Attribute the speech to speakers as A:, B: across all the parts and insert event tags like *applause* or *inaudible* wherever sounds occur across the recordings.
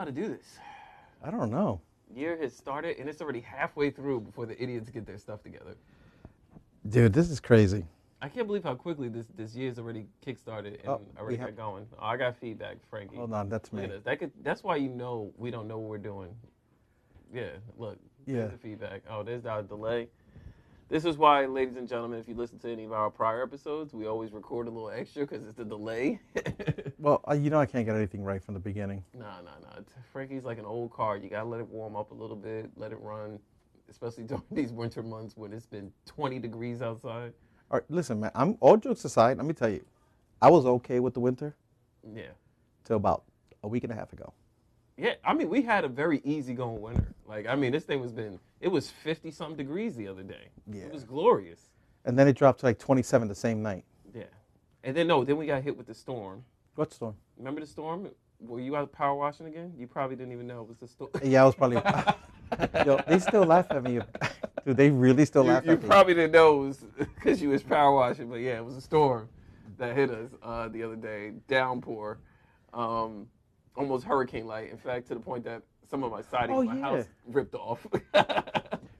A: how to do this.
B: I don't know.
A: Year has started and it's already halfway through before the idiots get their stuff together.
B: Dude, this is crazy.
A: I can't believe how quickly this this year's already kickstarted and
B: Oh,
A: already
B: we have-
A: got going. Oh, I got feedback, Frankie.
B: Hold on, that's
A: Look
B: me.
A: at this. That could, that's why you know we don't know what we're doing. Yeah, look.
B: Yeah.
A: There's the feedback. Oh, there's our delay. This is why, ladies and gentlemen, if you listen to any of our prior episodes, we always record a little extra because it's the delay. *laughs*
B: Well, uh, you know I can't get anything right from the beginning.
A: Nah, nah, nah. T- Frankie's like an old car. You gotta let it warm up a little bit, let it run, especially *laughs* during these winter months when it's been 20 degrees outside.
B: All right, listen, man. I'm all jokes aside. Let me tell you, I was okay with the winter
A: Yeah.
B: till about a week and a half ago.
A: Yeah, I mean, we had a very easy going winter. Like, I mean, this thing was been, it was 50 something degrees the other day.
B: Yeah.
A: It was glorious.
B: And then it dropped to like 27 the same night.
A: Yeah. And then, no, then we got hit with the storm.
B: What storm?
A: Remember the storm? Were you out power washing again? You probably didn't even know it was the *laughs* storm.
B: Yeah, I was probably. *laughs* Yo, they still laugh at me. *laughs* Dude, they really still
A: you,
B: laugh
A: you
B: at me.
A: probably didn't know it was *laughs* because you was power washing, but yeah, it was a storm that hit us uh, the other day. Downpour, um, almost hurricane light. In fact, to the point that some of my siding
B: Oh,
A: on my
B: yeah.
A: house ripped off. *laughs*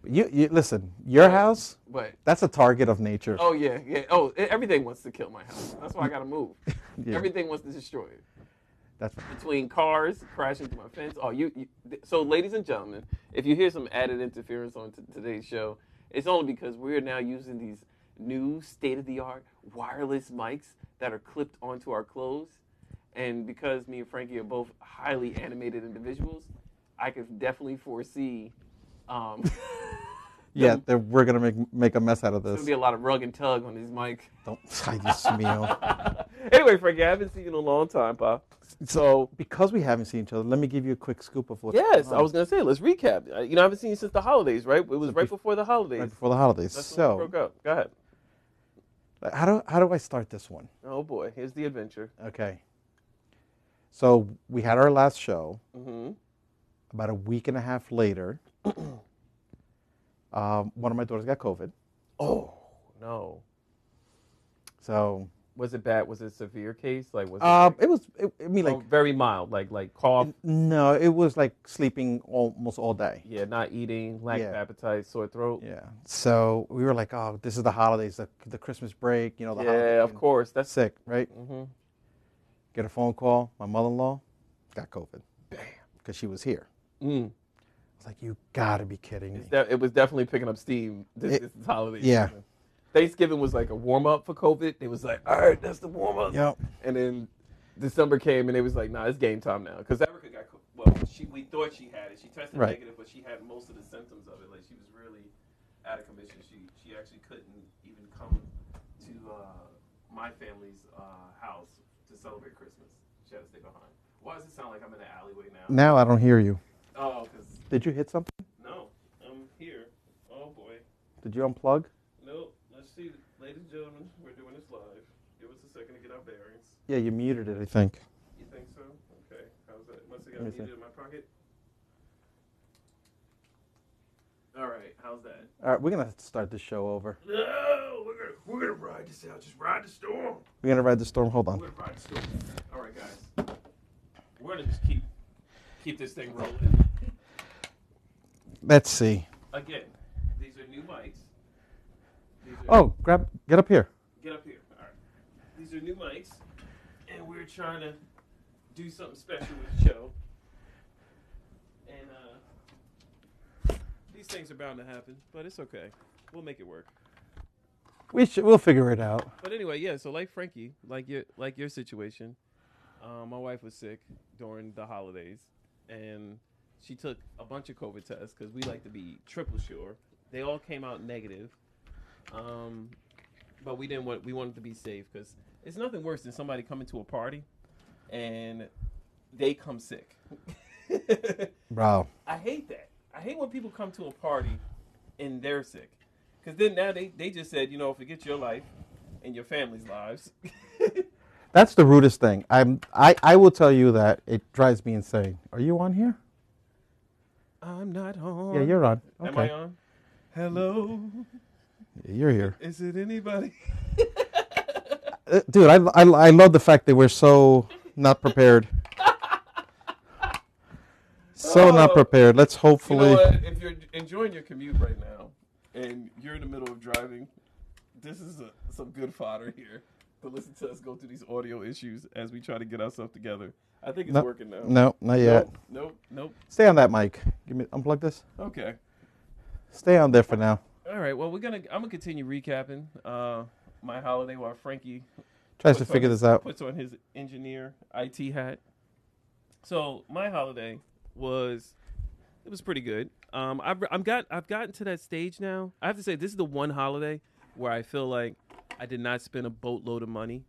B: you, you listen. Your house,
A: but
B: that's a target of nature.
A: oh yeah, yeah. Oh, e- everything wants to kill my house. That's why I gotta move.
B: *laughs* Yeah.
A: Everything wants to destroy it.
B: That's
A: between cars crashing through my fence. Oh, you, you th- so ladies and gentlemen, if you hear some added interference on t- today's show, it's only because we're now using these new state-of-the-art wireless mics that are clipped onto our clothes, and because me and Frankie are both highly animated individuals, I could definitely foresee. Um, *laughs*
B: yeah. they're- We're gonna make make a mess out of
A: There's
B: this.
A: gonna be a lot of rug and tug on these mics. *laughs*
B: Don't I just smell.
A: anyway, Frankie, I haven't seen you in a long time, Pa.
B: So because we haven't seen each other, let me give you a quick scoop of what's
A: Yes,
B: going
A: I
B: on
A: was gonna say. Let's recap. Uh, You know, I haven't seen you Um, since the holidays, right? It was right before the holidays.
B: right before the holidays.
A: That's when we
B: so
A: broke up. Go ahead.
B: like, how do how do I start this one?
A: Oh boy, here's the adventure.
B: Okay. So we had our last show
A: Mm-hmm.
B: about a week and a
A: *clears throat*
B: half later. um, one of my daughters got COVID,
A: Oh no,
B: so
A: was it bad? Was it a severe case? Like was it,
B: um,
A: Uh, like-
B: it was. It, I mean,
A: oh,
B: like
A: very mild? Like like cough?
B: no, it was like sleeping almost all day.
A: Oh. yeah, not eating, lack of
B: Yeah.
A: appetite, sore throat.
B: Yeah. So we were like, oh, this is the holidays, the, the Christmas break, you know, the
A: Yeah,
B: holiday
A: of
B: weekend.
A: course. That's
B: Sick, right?
A: Mhm.
B: Get a phone call. My mother-in-law got COVID because she was here.
A: Mm.
B: I was like, you gotta be kidding me.
A: It's de- it was definitely picking up steam this,
B: It-
A: this holiday.
B: yeah.
A: season. Thanksgiving was like a warm up for COVID. It was like, all right, that's the warm up.
B: Yep.
A: And then December came, and it was like, nah, it's game time now. Because Erica got co- well, she we thought she had it. She tested
B: Right.
A: negative, but she had most of the symptoms of it. Like she was really out of commission. She she actually couldn't even come to uh, my family's uh, house to celebrate Christmas. She had to stay behind. Why does it sound like I'm in an alleyway now?
B: Now I don't hear you.
A: Oh, because
B: Did you hit something?
A: no, I'm here. Oh boy.
B: Did you unplug?
A: No, let's see, ladies and gentlemen, we're doing this live. Give us a second to get our bearings.
B: Yeah, you muted it, I think.
A: You think so? Okay. How's that? Must have
B: Let
A: got
B: me
A: needed in my pocket. All right. How's that?
B: All right, we're gonna have to start this show over.
A: No, we're gonna we're gonna ride this out. Just ride the storm.
B: We're gonna ride the storm. Hold on.
A: We're gonna ride the storm. All right, guys. We're gonna just keep keep this thing rolling.
B: Let's see.
A: Again, these are new mics. These are,
B: Oh, grab, get up here.
A: Get up here. All right. These are new mics, and we're trying to do something special with the show. And uh, these things are bound to happen, but it's okay. We'll make it work.
B: We should, we'll figure it out.
A: But anyway, yeah. So like Frankie, like your like your situation, um, my wife was sick during the holidays, and she took a bunch of COVID tests because we like to be triple sure. They all came out negative, um, but we didn't want we wanted to be safe because it's nothing worse than somebody coming to a party, and they come sick. *laughs*
B: Wow.
A: I hate that. I hate when people come to a party and they're sick. Because then now they, they just said, you know, forget your life and your family's lives. *laughs*
B: That's the rudest thing. I'm, I, I will tell you that it drives me insane. Are you on here?
A: I'm not on.
B: Yeah, you're on. Okay.
A: Am I on? Hello.
B: Yeah, You're here.
A: Is it anybody? *laughs*
B: Uh, dude, I, I, I love the fact that we're so not prepared. So not
A: Oh.
B: prepared. Let's
A: You
B: hopefully.
A: know what? If you're enjoying your commute right now and you're in the middle of driving, this is a, some good fodder here to listen to us go through these audio issues as we try to get ourselves together. I think it's
B: No,
A: working now.
B: no, not yet.
A: Nope, nope, nope.
B: Stay on that mic. Give me unplug this.
A: Okay.
B: Stay on there for now.
A: All right. Well, we're gonna. I'm gonna continue recapping uh, my holiday while Frankie
B: Tries to
A: Puts on
B: figure
A: his-
B: this out.
A: Puts on his engineer IT hat. So my holiday was it was pretty good. Um, I've I'm got I've gotten to that stage now. I have to say this is the one holiday where I feel like I did not spend a boatload of money,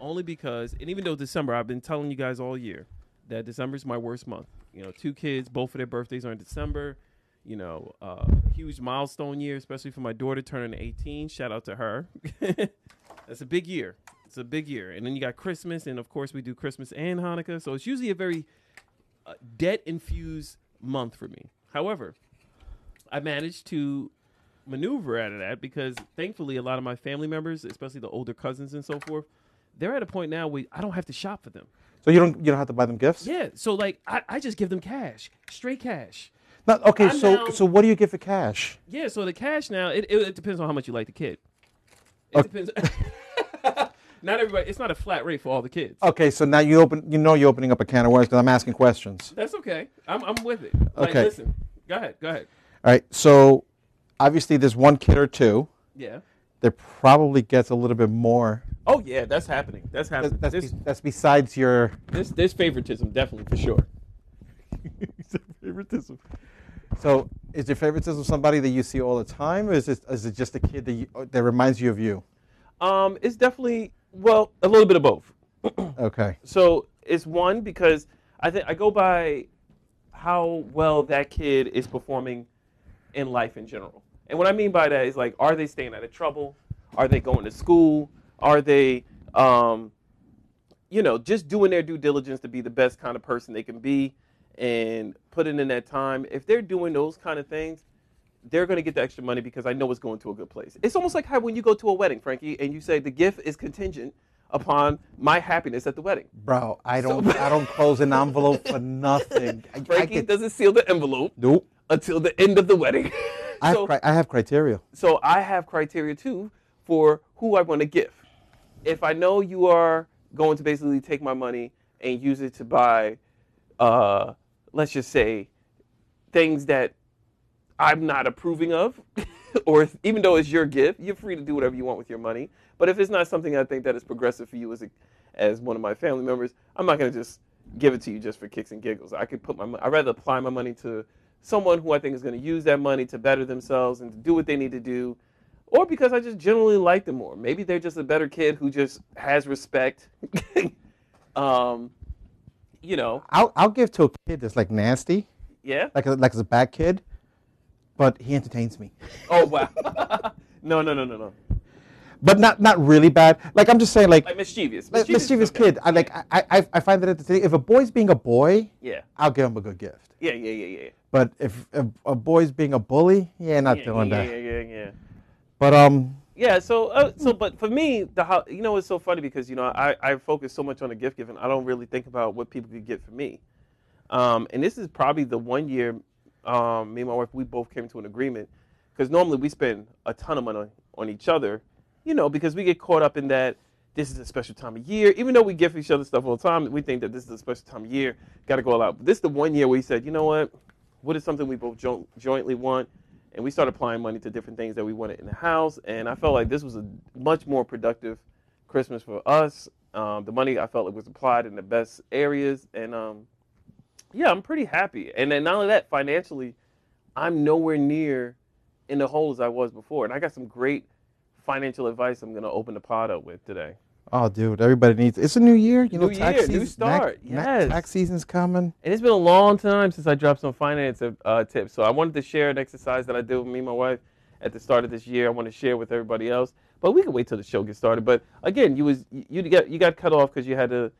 A: only because and even though December I've been telling you guys all year that December is my worst month. You know, two kids, both of their birthdays are in December. You know, uh, huge milestone year, especially for my daughter turning 18. Shout out to her. *laughs* That's a big year. It's a big year. And then you got Christmas, and of course we do Christmas and Hanukkah. So it's usually a very uh, debt infused month for me. However, I managed to maneuver out of that because thankfully a lot of my family members, especially the older cousins and so forth, they're at a point now where I don't have to shop for them.
B: So you don't you don't have to buy them gifts.
A: Yeah. So like I, I just give them cash, straight cash.
B: Not, okay.
A: I'm
B: so
A: down.
B: so what do you give for cash?
A: Yeah. So the cash now it, it, it depends on how much you like the kid. It
B: Okay.
A: depends. *laughs* not everybody. It's not a flat rate for all the kids.
B: Okay. So now you open. You know you're opening up a can of worms because I'm asking questions.
A: That's okay. I'm I'm with it. Like,
B: Okay.
A: Listen. Go ahead. Go ahead.
B: All right. So obviously there's one kid or two
A: Yeah.
B: that probably gets a little bit more.
A: Oh yeah, that's happening. That's
B: That's
A: happening.
B: that's,
A: this,
B: be- that's besides your
A: this this favoritism definitely for
B: *laughs*
A: sure.
B: favoritism. So is your favoritism somebody that you see all the time, or is it is it just a kid that you, oh, that reminds you of you?
A: Um, it's definitely well a little bit of both.
B: Okay.
A: So it's one because I think I go by how well that kid is performing in life in general. And what I mean by that is like, are they staying out of trouble? Are they going to school? Are they, um, you know, just doing their due diligence to be the best kind of person they can be and putting in that time? If they're doing those kind of things, they're going to get the extra money because I know it's going to a good place. It's almost like how when you go to a wedding, Frankie, and you say the gift is contingent upon my happiness at the wedding.
B: Bro, I don't I don't close an envelope for nothing. I, I
A: Frankie
B: get-
A: doesn't seal the envelope
B: nope.
A: until the end of the wedding. *laughs*
B: I have,
A: so,
B: cri- I have criteria.
A: so I have criteria too for who I want to give. If I know you are going to basically take my money and use it to buy, uh, let's just say, things that I'm not approving of, *laughs* or if- even though it's your gift, you're free to do whatever you want with your money. But if it's not something I think that is progressive for you as a, as one of my family members, I'm not gonna just give it to you just for kicks and giggles. I could put my mon- I'd rather apply my money to someone who I think is gonna use that money to better themselves and to do what they need to do, or because I just generally like them more. Maybe they're just a better kid who just has respect. *laughs* um, you know,
B: I'll I'll give to a kid that's like nasty,
A: yeah.
B: like a, like as a bad kid, but he entertains me.
A: Oh wow. *laughs* no, no, no, no, no.
B: But not not really bad. Like I'm just saying, like,
A: Like mischievous.
B: like,
A: is
B: mischievous
A: okay.
B: kid. I like I, I I find that entertaining. If a boy's being a boy,
A: Yeah.
B: I'll give him a good gift.
A: Yeah, yeah, yeah, yeah.
B: But if a, a boy's being a bully, yeah, not
A: Yeah,
B: doing
A: yeah,
B: that.
A: yeah, yeah, yeah.
B: But um,
A: Yeah, so uh, so but for me, the ho- you know it's so funny because you know I I focus so much on the gift giving, I don't really think about what people could get for me. Um, and this is probably the one year um, me and my wife we both came to an agreement because normally we spend a ton of money on, on each other, you know, because we get caught up in that this is a special time of year. Even though we gift each other stuff all the time, we think that this is a special time of year. Got to go all out. But this is the one year we said, you know what, what is something we both jo- jointly want, and we started applying money to different things that we wanted in the house. And I felt like this was a much more productive Christmas for us. Um, the money I felt like was applied in the best areas, and um, yeah, I'm pretty happy. And then not only that, financially, I'm nowhere near in the hole as I was before. And I got some great financial advice I'm gonna open the pod up with today.
B: oh, dude, everybody needs. It's a new year, you know.
A: New
B: tax
A: year, new
B: season,
A: start, yes.
B: tax season's coming.
A: And it's been a long time since I dropped some finance uh, tips. So I wanted to share an exercise that I did with me and my wife at the start of this year. I want to share with everybody else, but we can wait till the show gets started. But again, you was you you got you got cut off because you had to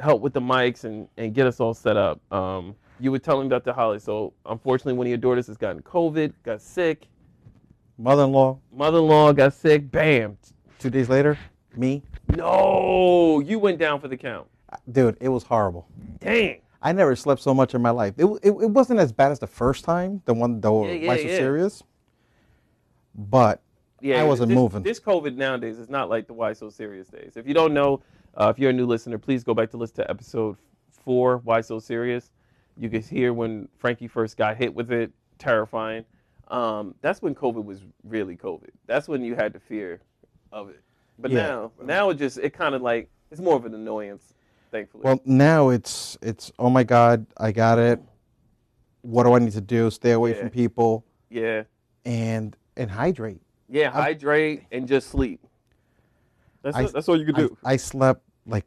A: help with the mics and and get us all set up. Um, you were telling me about the holiday. So unfortunately, one of your daughters has gotten COVID, got sick.
B: Mother-in-law.
A: Mother-in-law got sick. Bam.
B: Two days later, me,
A: No, you went down for the count.
B: dude, it was horrible.
A: Dang.
B: I never slept so much in my life. It, w- it, it wasn't as bad as the first time, the one that was
C: yeah,
B: was
C: yeah.
B: serious. But I wasn't
A: this-
B: moving.
A: This COVID nowadays is not like the Why So Serious days. If you don't know, uh, if you're a new listener, please go back to listen to episode four, Why So Serious. You could hear when Frankie first got hit with it, terrifying. Um, that's when COVID was really COVID. That's when you had the fear of it. But
B: Yeah.
A: now, now it just it kind of like it's more of an annoyance, thankfully.
B: well, now it's it's oh my god, I got it. What do I need to do? Stay away
A: Yeah.
B: from people
A: yeah,
B: and and hydrate.
A: yeah. Hydrate and just sleep. That's
B: I-
A: it- that's all you could
B: I,
A: do.
B: I slept like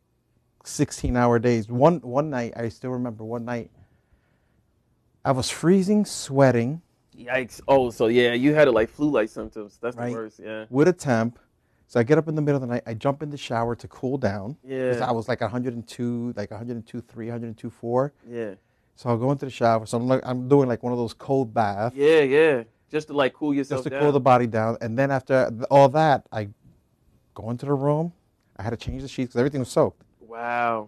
B: 16 hour days. One one night, I still remember one night, I was freezing, sweating
A: Yikes! Oh, so yeah, you had like flu-like symptoms. That's the
B: Right.
A: worst. Yeah.
B: with a temp. So I get up in the middle of the night, I jump in the shower to cool down. 'cause
A: Yeah.
B: I was like 102, like 102, 3, 102, 4.
A: Yeah.
B: So I'll go into the shower. So I'm, like, I'm doing like one of those cold baths
A: Yeah, yeah. Just to like cool yourself
B: just to
A: down.
B: cool the body down. And then after th- all that, I go into the room. I had to change the sheets because everything was soaked.
A: wow.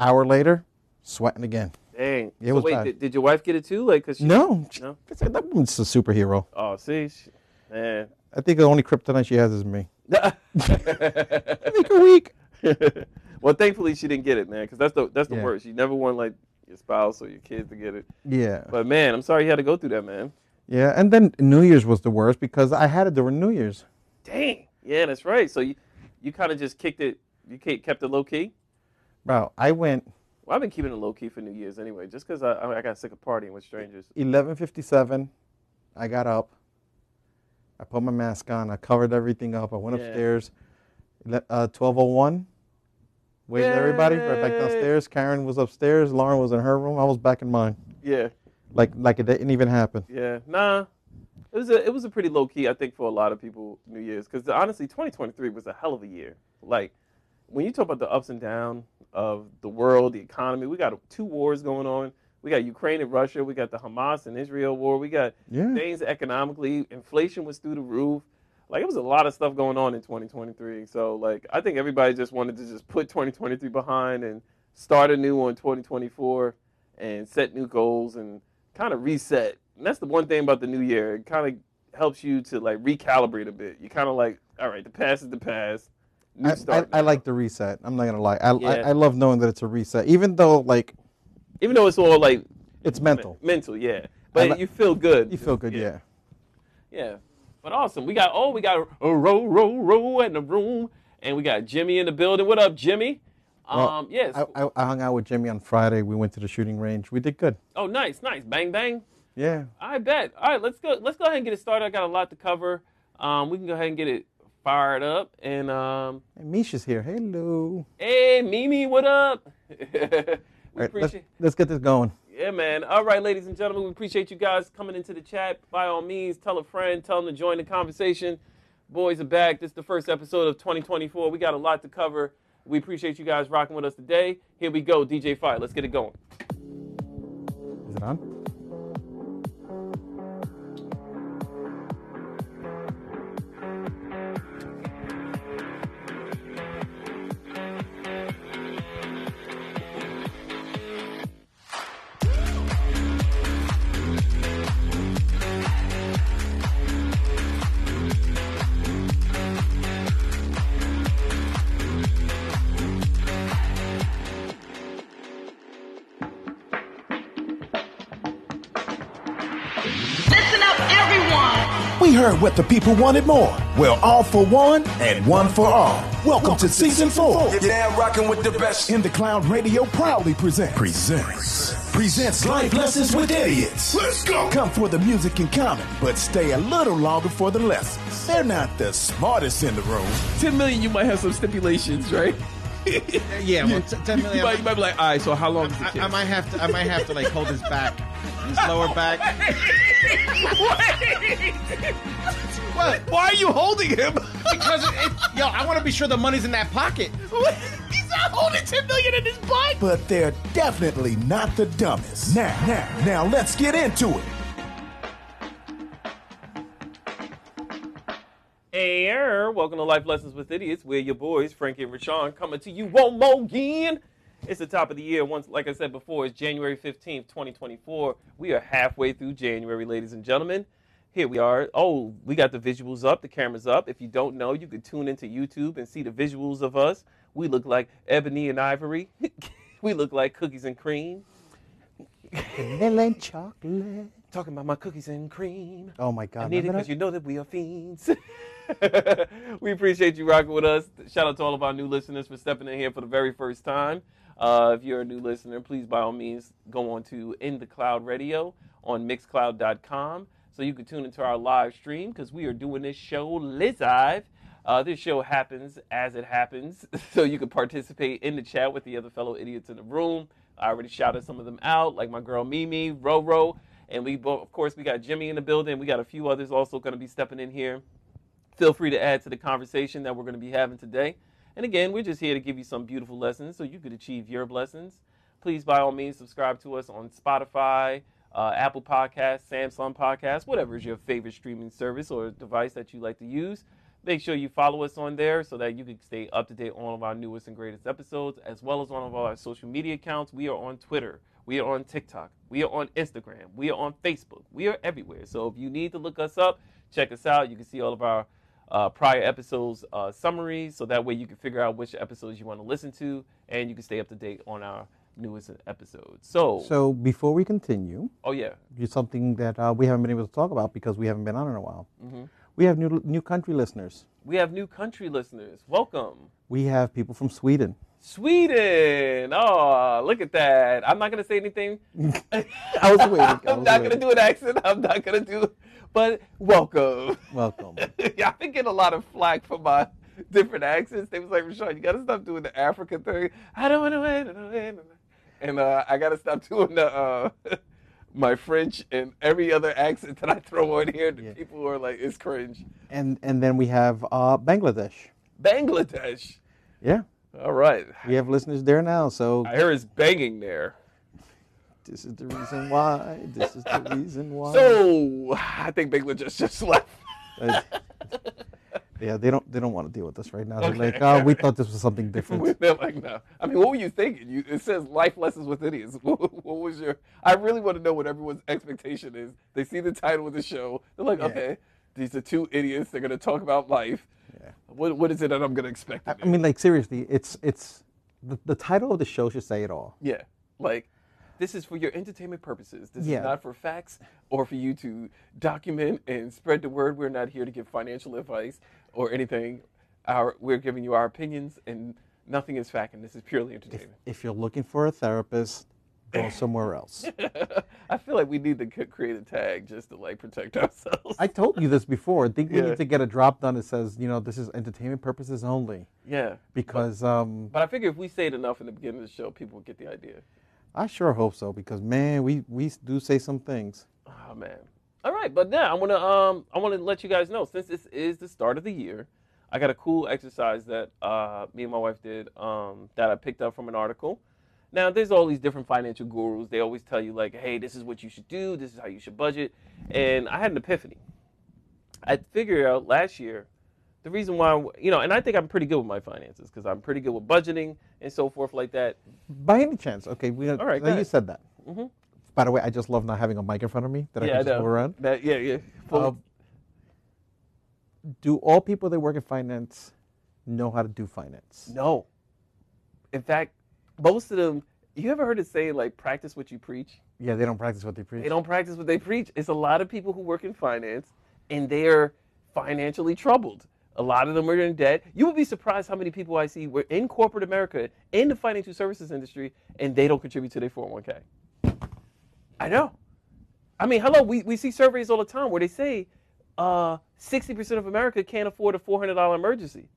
B: Hour later, sweating again.
A: Dang.
B: It
A: so
B: was
A: wait,
B: bad.
A: Did, did your wife get it too? Like, cause she,
B: No,
A: No?
B: that woman's a superhero.
A: Oh, see, she,
B: *laughs*
A: man.
B: I think the only kryptonite she has is me. Make her weak.
A: well, thankfully she didn't get it, man. Cause that's the that's the
B: Yeah.
A: worst. You never want like your spouse or your kids to get it.
B: Yeah.
A: But man, I'm sorry you had to go through that, man.
B: Yeah. And then New Year's was the worst because I had it during New Year's.
A: Dang. Yeah, that's right. So you you kind of just kicked it. You ca- kept it low key.
B: Bro, I went
A: Well, I've been keeping it low key for New Year's anyway, just cause I I I got sick of partying with strangers.
B: 11:57. I got up. I put my mask on. I covered everything up. I went
A: Yeah.
B: upstairs. Ele- Uh, 12:01. Waited everybody right back
A: Yay.
B: downstairs. Karen was upstairs. Lauren was in her room. I was back in mine.
A: Yeah.
B: Like like it didn't even happen.
A: Yeah, nah. It was a it was a pretty low key, I think, for a lot of people. New Year's, because honestly, 2023 was a hell of a year. Like when you talk about the ups and downs of the world, the economy, we got two wars going on. We got Ukraine and Russia. We got the Hamas and Israel war. We got
B: Yeah.
A: things economically. Inflation was through the roof. Like it was a lot of stuff going on in 2023. So like I think everybody just wanted to just put 2023 behind and start anew on 2024 and set new goals and kind of reset. And that's the one thing about the new year. It kind of helps you to like recalibrate a bit. You kind of like, all right, the past is the past. New
B: I, I,
A: start
B: I
A: now.
B: like the reset. I'm not gonna lie. I, I
A: Yeah.
B: I love knowing that it's a reset, even though like
A: even though it's all like
B: it's mental.
A: men- mental, yeah. But
B: like-
A: you feel good.
B: You feel good, yeah.
A: Yeah. But awesome. We got oh, we got a row, row, row in the room, and we got Jimmy in the building. What up, Jimmy?
B: Well,
A: um, yes.
B: I, I, I hung out with Jimmy on Friday. We went to the shooting range. We did good.
A: oh, nice, nice. Bang, bang.
B: Yeah.
A: I bet. All right, let's go. Let's go ahead and get it started. I got a lot to cover. Um, we can go ahead and get it fired up. And um,
B: And Misha's here. Hello.
A: hey, Mimi, what up? *laughs* we
B: All right, let's,
A: appreciate.
B: let's get this going.
A: Yeah, man. All right, ladies and gentlemen, we appreciate you guys coming into the chat. By all means, tell a friend, tell them to join the conversation. Boys are back. This is the first episode of 2024. We got a lot to cover. We appreciate you guys rocking with us today. Here we go, DJ Fire. Let's get it going.
B: Is it on?
D: Listen up, everyone.
E: We heard what the people wanted more. Well, all for one and one for all. Welcome, to, season four.
F: You're damn rocking with the best.
E: In the Cloud Radio proudly presents. Presents. Presents Life Lessons with Idiots. Let's go. Come for the music and comedy, but stay a little longer for the lessons. They're not the smartest in the room.
F: 10 million, you might have some stipulations, right?
G: Yeah, well, t- ten
F: You
G: million.
F: might, you might be like, all right, so how long is the
G: I,
F: kiss?
G: I might have to. I might have to like hold his back, his lower back. What?
F: Why are you holding him?
G: Because it, it, yo, I want to be sure the money's in that pocket.
F: He's not holding 10 million in his butt.
E: But they're definitely not the dumbest. Now, now, now let's get into it.
A: Hey, er, welcome to Life Lessons with Idiots. We're your boys, Frankie and Rashawn, coming to you one more again. It's the top of the year. Once, like I said before, it's January 15th, 2024. We are halfway through January, ladies and gentlemen. Here we are. Oh, we got the visuals up, the cameras up. If you don't know, you can tune into YouTube and see the visuals of us. We look like Ebony and Ivory. *laughs* we look like Cookies and Cream.
B: Vanilla and chocolate.
A: Talking about my cookies and cream.
B: Oh my God!
A: I need it
B: remember
A: because
B: that?
A: you know that we are fiends. *laughs* we appreciate you rocking with us. Shout out to all of our new listeners for stepping in here for the very first time. Uh, if you're a new listener, please by all means go on to In the Cloud Radio on Mixcloud.com so you can tune into our live stream because we are doing this show live. Uh, this show happens as it happens, *laughs* so you can participate in the chat with the other fellow idiots in the room. I already shouted some of them out, like my girl Mimi, Roro, and we both, of course, we got Jimmy in the building. We got a few others also going to be stepping in here. Feel free to add to the conversation that we're going to be having today. And again, we're just here to give you some beautiful lessons so you could achieve your blessings. Please, by all means, subscribe to us on Spotify, uh, Apple Podcasts, Samsung Podcasts, whatever is your favorite streaming service or device that you like to use. Make sure you follow us on there so that you can stay up to date on all of our newest and greatest episodes, as well as on all of our social media accounts. We are on Twitter, we are on TikTok, we are on Instagram, we are on Facebook, we are everywhere. So if you need to look us up, check us out. You can see all of our uh, prior episodes uh, summaries, so that way you can figure out which episodes you want to listen to, and you can stay up to date on our newest episodes. So,
B: So before we continue,
A: oh yeah,
B: it's something that uh, we haven't been able to talk about because we haven't been on in a while.
A: Mm-hmm.
B: We have new new country listeners.
A: we have new country listeners. Welcome.
B: We have people
A: *laughs*
B: from Sweden.
A: Sweden. Oh, look at that. I'm not gonna say anything.
B: I was waiting. I
A: I'm not
B: was
A: gonna
B: waiting.
A: do an accent. I'm not gonna do. But welcome.
B: Welcome.
A: *laughs* yeah, I've been getting a lot of flack for my different accents. They was like, Rashawn, you gotta stop doing the Africa thing. I don't wanna win. I don't wanna win. And uh, I gotta stop doing the uh, *laughs* my French and every other accent that I throw on here. The people who are like, it's cringe.
B: and and then we have uh, Bangladesh.
A: Bangladesh.
B: Yeah,
A: All right,
B: we have listeners there now. So
A: I hear it's banging there.
B: this is the reason why. This is the reason why. Um,
A: So I think Bangladesh just *laughs* left.
B: Uh, *laughs* yeah, they don't they don't want to deal with this right now. They're like, oh, we thought this was something different.
A: They're like, no. I mean, what were you thinking? You, it says life lessons with idiots. *laughs* What, what was your? I really want to know what everyone's expectation is. They see the title of the show. They're like, okay, these are two idiots. They're gonna talk about life. What what is it that I'm gonna expect?
B: I mean, like seriously, it's it's the, the title of the show should say it all.
A: yeah, like. This is for your entertainment purposes. This
B: Yeah.
A: is not for facts or for you to document and spread the word. We're not here to give financial advice or anything. Our, we're giving you our opinions, and nothing is fact, and this is purely entertainment. *laughs*
B: If you're looking for a therapist, go somewhere else.
A: I feel like we need to c- create a tag just to like protect *laughs* ourselves.
B: I told you this before. I think we
A: Yeah.
B: need to get a drop down that says, you know, this is entertainment purposes only.
A: yeah,
B: Because um,
A: but I figure if we say it enough in the beginning of the show, people will get the idea.
B: I sure hope so. Because man, we we do say some things.
A: Oh man. All right, but now I wanna um I wanna let you guys know since this is the start of the year, I got a cool exercise that uh me and my wife did um that I picked up from an article. Now there's all these different financial gurus. They always tell you like, hey, this is what you should do, this is how you should budget, and I had an epiphany. I figured out last year the reason why you know, and I think I'm pretty good with my finances because I'm pretty good with budgeting and so forth like that.
B: By any chance, okay, we
A: All right, go
B: now you
A: ahead.
B: said that. By the way, I just love not having a mic in front of me that Mm-hmm. I
A: yeah,
B: can just move around.
A: That, yeah, yeah. Full-
B: Um, do all people that work in finance know how to do finance?
A: No. In fact, most of them. You ever heard it say like practice what you preach?
B: Yeah, they don't practice what they preach.
A: They don't practice what they preach. It's a lot of people who work in finance, and they are financially troubled. A lot of them are in debt. You would be surprised how many people I see were in corporate America in the financial services industry, and they don't contribute to their 401k. I know. I mean, hello, we, we see surveys all the time where they say uh, 60% of America can't afford a $400 emergency.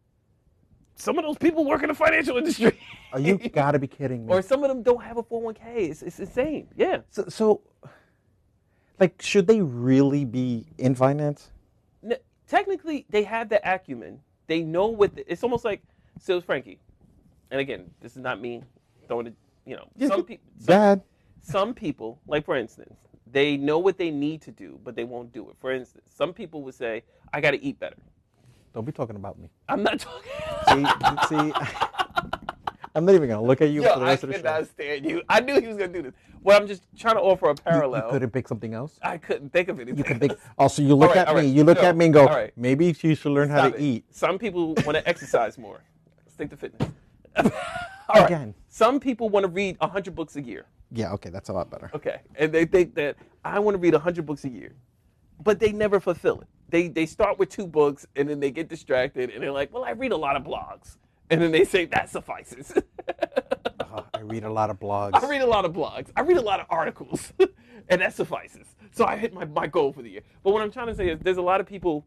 A: Some of those people work in the financial industry.
B: *laughs* Are *laughs* you gotta be kidding me?
A: or some of them don't have a 401k. It's, it's insane. Yeah.
B: so, so, like, should they really be in finance?
A: N- technically, they have the acumen. They know what the, it's almost like. So Frankie, and again, this is not me throwing it. You know, some people.
B: Dad,
A: some people, like for instance, they know what they need to do, but they won't do it. For instance, some people would say, "I got to eat better."
B: *laughs*
A: *laughs*
B: don't be talking about me.
A: I'm not talking.
B: See, see, *laughs* I'm not even gonna look at you
A: Yo,
B: for the
A: I
B: rest of the
A: could
B: show.
A: not stand you. I knew he was gonna do this. Well, I'm just trying to offer a
B: You
A: parallel.
B: could have picked something else.
A: I couldn't think of anything.
B: You could
A: *laughs*
B: think. Also, you look
A: right,
B: at
A: all
B: me.
A: right.
B: You look
A: No,
B: at me and go.
A: all right.
B: Maybe you should learn how
A: Stop
B: to
A: it.
B: eat.
A: Some people want to exercise more. Stick to fitness. *laughs* All right.
B: Again.
A: Some people want to read 100 books a year.
B: Yeah. Okay, that's a lot better.
A: Okay. And they think that I want to read 100 books a year. But they never fulfill it. They, they start with two books and then they get distracted and they're like, well, I read a lot of blogs. And then they say, that suffices. *laughs*
B: Oh, I read a lot of blogs.
A: I read a lot of blogs. I read a lot of articles, *laughs* and that suffices. So I hit my, my goal for the year. But what I'm trying to say is there's a lot of people,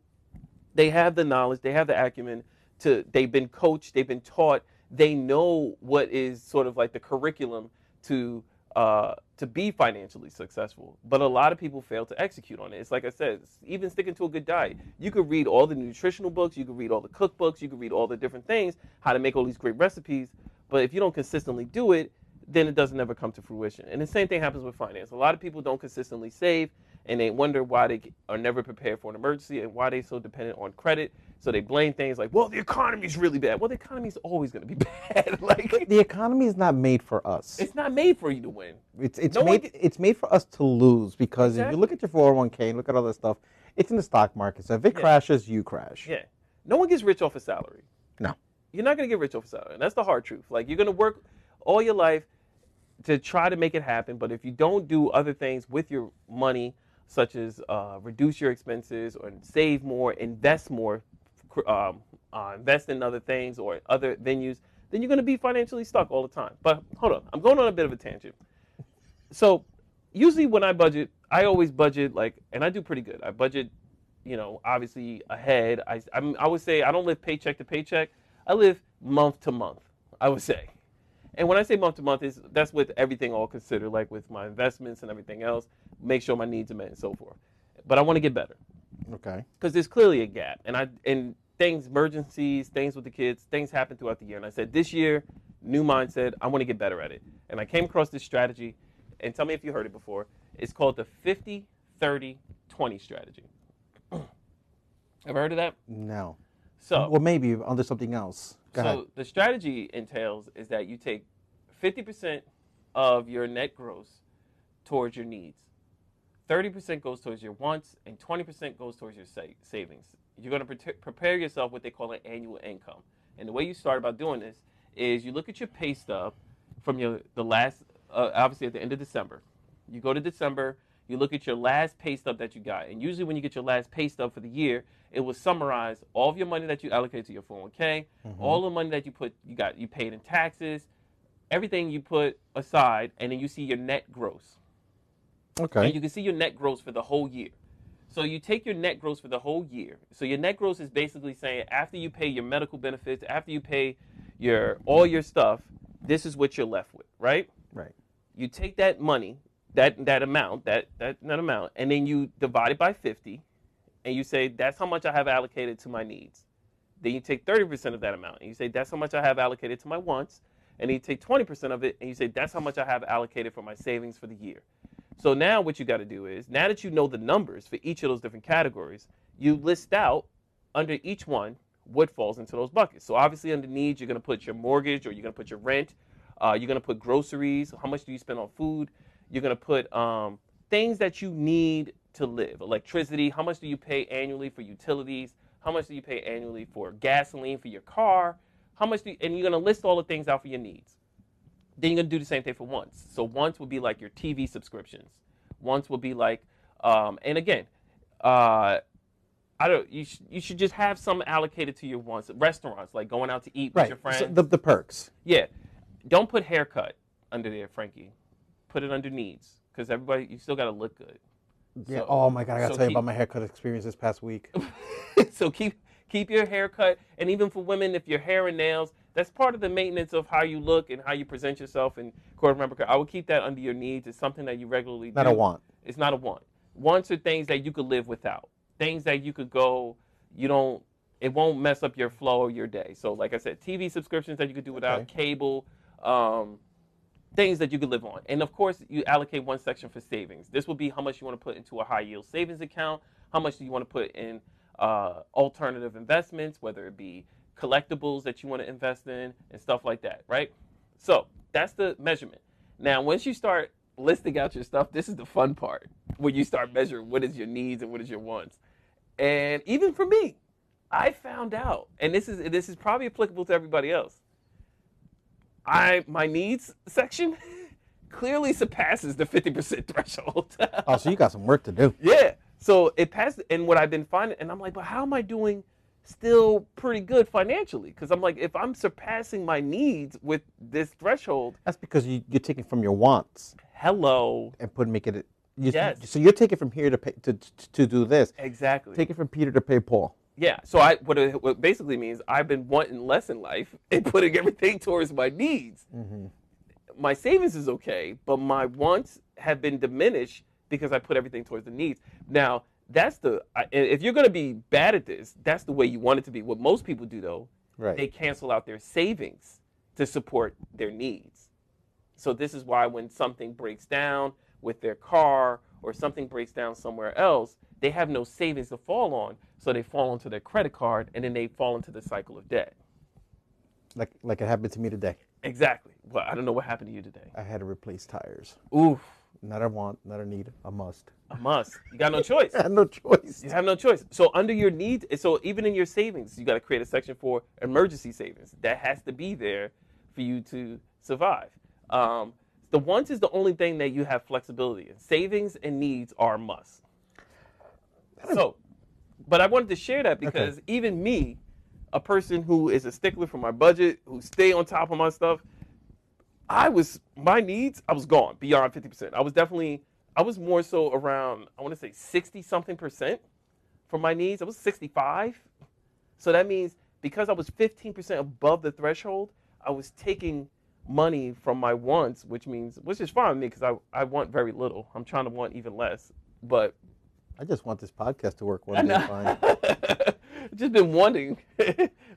A: they have the knowledge, they have the acumen to they've been coached, they've been taught, they know what is sort of like the curriculum to uh, to be financially successful. But a lot of people fail to execute on it. It's like I said, it's even sticking to a good diet. You could read all the nutritional books, you could read all the cookbooks, you could read all the different things, how to make all these great recipes. But if you don't consistently do it, then it doesn't ever come to fruition. And the same thing happens with finance. A lot of people don't consistently save and they wonder why they are never prepared for an emergency and why they're so dependent on credit. So they blame things like, well, the economy's really bad. Well, the economy's always going to be *laughs* bad. like,
B: The economy is not made for us.
A: it's not made for you to win.
B: It's it's
A: No one
B: made
A: can-
B: it's made for us to lose because if you
A: Exactly.
B: look at your 401k and look at all this stuff, it's in the stock market. So if it crashes, you crash.
A: Yeah. No one gets rich off a salary.
B: No.
A: You're not going to get rich off a salary. And that's the hard truth. Like, you're going to work all your life to try to make it happen. But if you don't do other things with your money, such as uh, reduce your expenses or save more, invest more, cr- um, uh, invest in other things or other venues, then you're going to be financially stuck all the time. But hold on, I'm going on a bit of a tangent. So usually when I budget, I always budget like, and I do pretty good. I budget, you know, obviously ahead. I I, mean, I would say I don't live paycheck to paycheck. I live month to month. I would say. And when I say month to month, is that's with everything all considered, like with my investments and everything else, make sure my needs are met and so forth. But I want to get better
B: Okay.
A: because there's clearly a gap, and I and things, emergencies, things with the kids, things happen throughout the year. And I said this year, new mindset. I want to get better at it. And I came across this strategy, and tell me if you heard it before. It's called the 50 30 20 strategy. *clears throat* Ever heard of that?
B: No.
A: So
B: Uh, Well, maybe under something else. Go
A: so
B: ahead.
A: the strategy entails is that you take 50% of your net gross towards your needs. 30% goes towards your wants and 20% goes towards your sa- savings. You're going to pre- prepare yourself what they call an annual income. And the way you start about doing this is you look at your pay stub from your the last uh, obviously at the end of December. You go to December, you look at your last pay stub that you got. And usually when you get your last pay stub for the year, it will summarize all of your money that you allocated to your 401k, all the money that you put you got you paid in taxes, everything you put aside and then you see your net gross
B: okay.
A: and you can see your net gross for the whole year. So you take your net gross for the whole year. So your net gross is basically saying after you pay your medical benefits, after you pay your all your stuff, this is what you're left with, right?
B: right.
A: You take that money, that that amount, that that that amount, and then you divide it by 50 and you say that's how much I have allocated to my needs. Then you take 30% of that amount and you say that's how much I have allocated to my wants. And then you take 20% of it and you say that's how much I have allocated for my savings for the year. So now what you got to do is now that you know the numbers for each of those different categories, you list out under each one what falls into those buckets. So obviously under needs, you're going to put your mortgage or you're going to put your rent. Uh, you're going to put groceries. How much do you spend on food? You're going to put um, things that you need to live. Electricity. How much do you pay annually for utilities? How much do you pay annually for gasoline for your car? How much do you, and you're going to list all the things out for your needs then you're gonna do the same thing for once. So once will be like your TV subscriptions. Once will be like, um, and again, uh, I don't. You sh- you should just have some allocated to your wants. Restaurants like going out to eat with
B: Right.
A: your friends.
B: So the, the perks.
A: yeah, don't put haircut under there, Frankie. Put it under needs because everybody you still gotta look good.
B: Yeah.
A: So-
B: oh my god, I gotta
A: so
B: tell you
A: keep-
B: about my haircut experience this
A: *laughs*
B: past week.
A: so keep keep your haircut and even for women if your hair and nails that's part of the maintenance of how you look and how you present yourself and court remember i would keep that under your needs it's something that you regularly
B: Not
A: do
B: a want.
A: it's not a want wants are things that you could live without things that you could go you don't it won't mess up your flow or your day so like i said tv subscriptions that you could do without cable um, things that you could live on. And of course, you allocate one section for savings. This will be how much you want to put into a high yield savings account, how much do you want to put in uh, alternative investments, whether it be collectibles that you want to invest in, and stuff like that, right? So that's the measurement. Now, once you start listing out your stuff, this is the fun part when you start measuring what is your needs and what is your wants. And even for me, I found out, and this is this is probably applicable to everybody else. I my needs section *laughs* clearly surpasses the fifty percent *laughs* threshold.
B: Oh, so you got some work to do.
A: *laughs* Yeah. So it passed, and what I've been finding, and I'm like, but how am I doing still pretty good financially? Because I'm like, if I'm surpassing my needs with this threshold,
B: That's because you, you're taking from your wants
A: hello.
B: and putting making it. You,
A: Yes. Eh
B: So you're taking from here to pay, to, to to do this.
A: Exactly.
B: Take it from Peter to pay Paul.
A: yeah. So I what it, what basically means I've been wanting less in life *laughs* and putting everything towards my needs. My savings is okay, but my wants have been diminished because I put everything towards the needs. Now that's the I- and if you're gonna be bad at this, that's the way you want it to be. What most people do though,
B: Right.
A: they cancel out their savings to support their needs. So this is why when something breaks down with their car or something breaks down somewhere else, they have no savings to fall on, so they fall into their credit card and then they fall into the cycle of debt.
B: Like like it happened to me today.
A: Exactly. Well, I don't know what happened to you today.
B: I had to replace tires.
A: Oof,
B: Not a want, not a need, a must. *laughs*
A: a must. You got no choice.
B: I had no choice.
A: You have no choice. So under your needs, so even in your savings, you got to create a section for emergency savings. That has to be there for you to survive. Um, the wants is the only thing that you have flexibility in. Savings and needs are must. So, but I wanted to share that because even me, a person who is a stickler for my budget, who stay on top of my stuff, I was my needs. I was gone beyond fifty percent. I was definitely. I was more so around. I want to say sixty something percent for my needs. I was sixty five. So that means because I was fifteen percent above the threshold, I was taking money from my wants, which means which is fine with me because I I want very little. I'm trying to want even less, but
B: I just want this podcast to work one day fine.
A: *laughs* just been wanting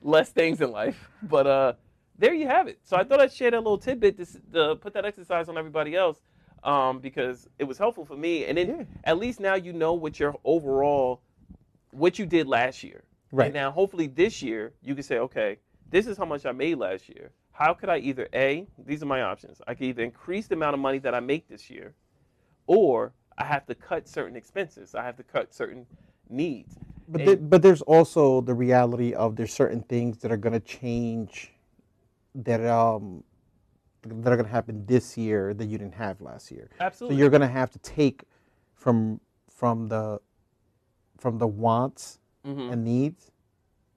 A: less things in life. But uh, there you have it. So I thought I'd share that little tidbit to, s- to put that exercise on everybody else um, because it was helpful for me. And then at least now you know what your overall what you did last year.
B: Right.
A: And now hopefully this year you can say, okay, this is how much I made last year. How could I either A, these are my options. I could either increase the amount of money that I make this year, or I have to cut certain expenses. I have to cut certain needs.
B: But
A: And-
B: the, but there's also the reality of there's certain things that are gonna change, that um, that are gonna happen this year that you didn't have last year.
A: Absolutely.
B: So you're gonna have to take from from the from the wants
A: Mm-hmm.
B: and needs.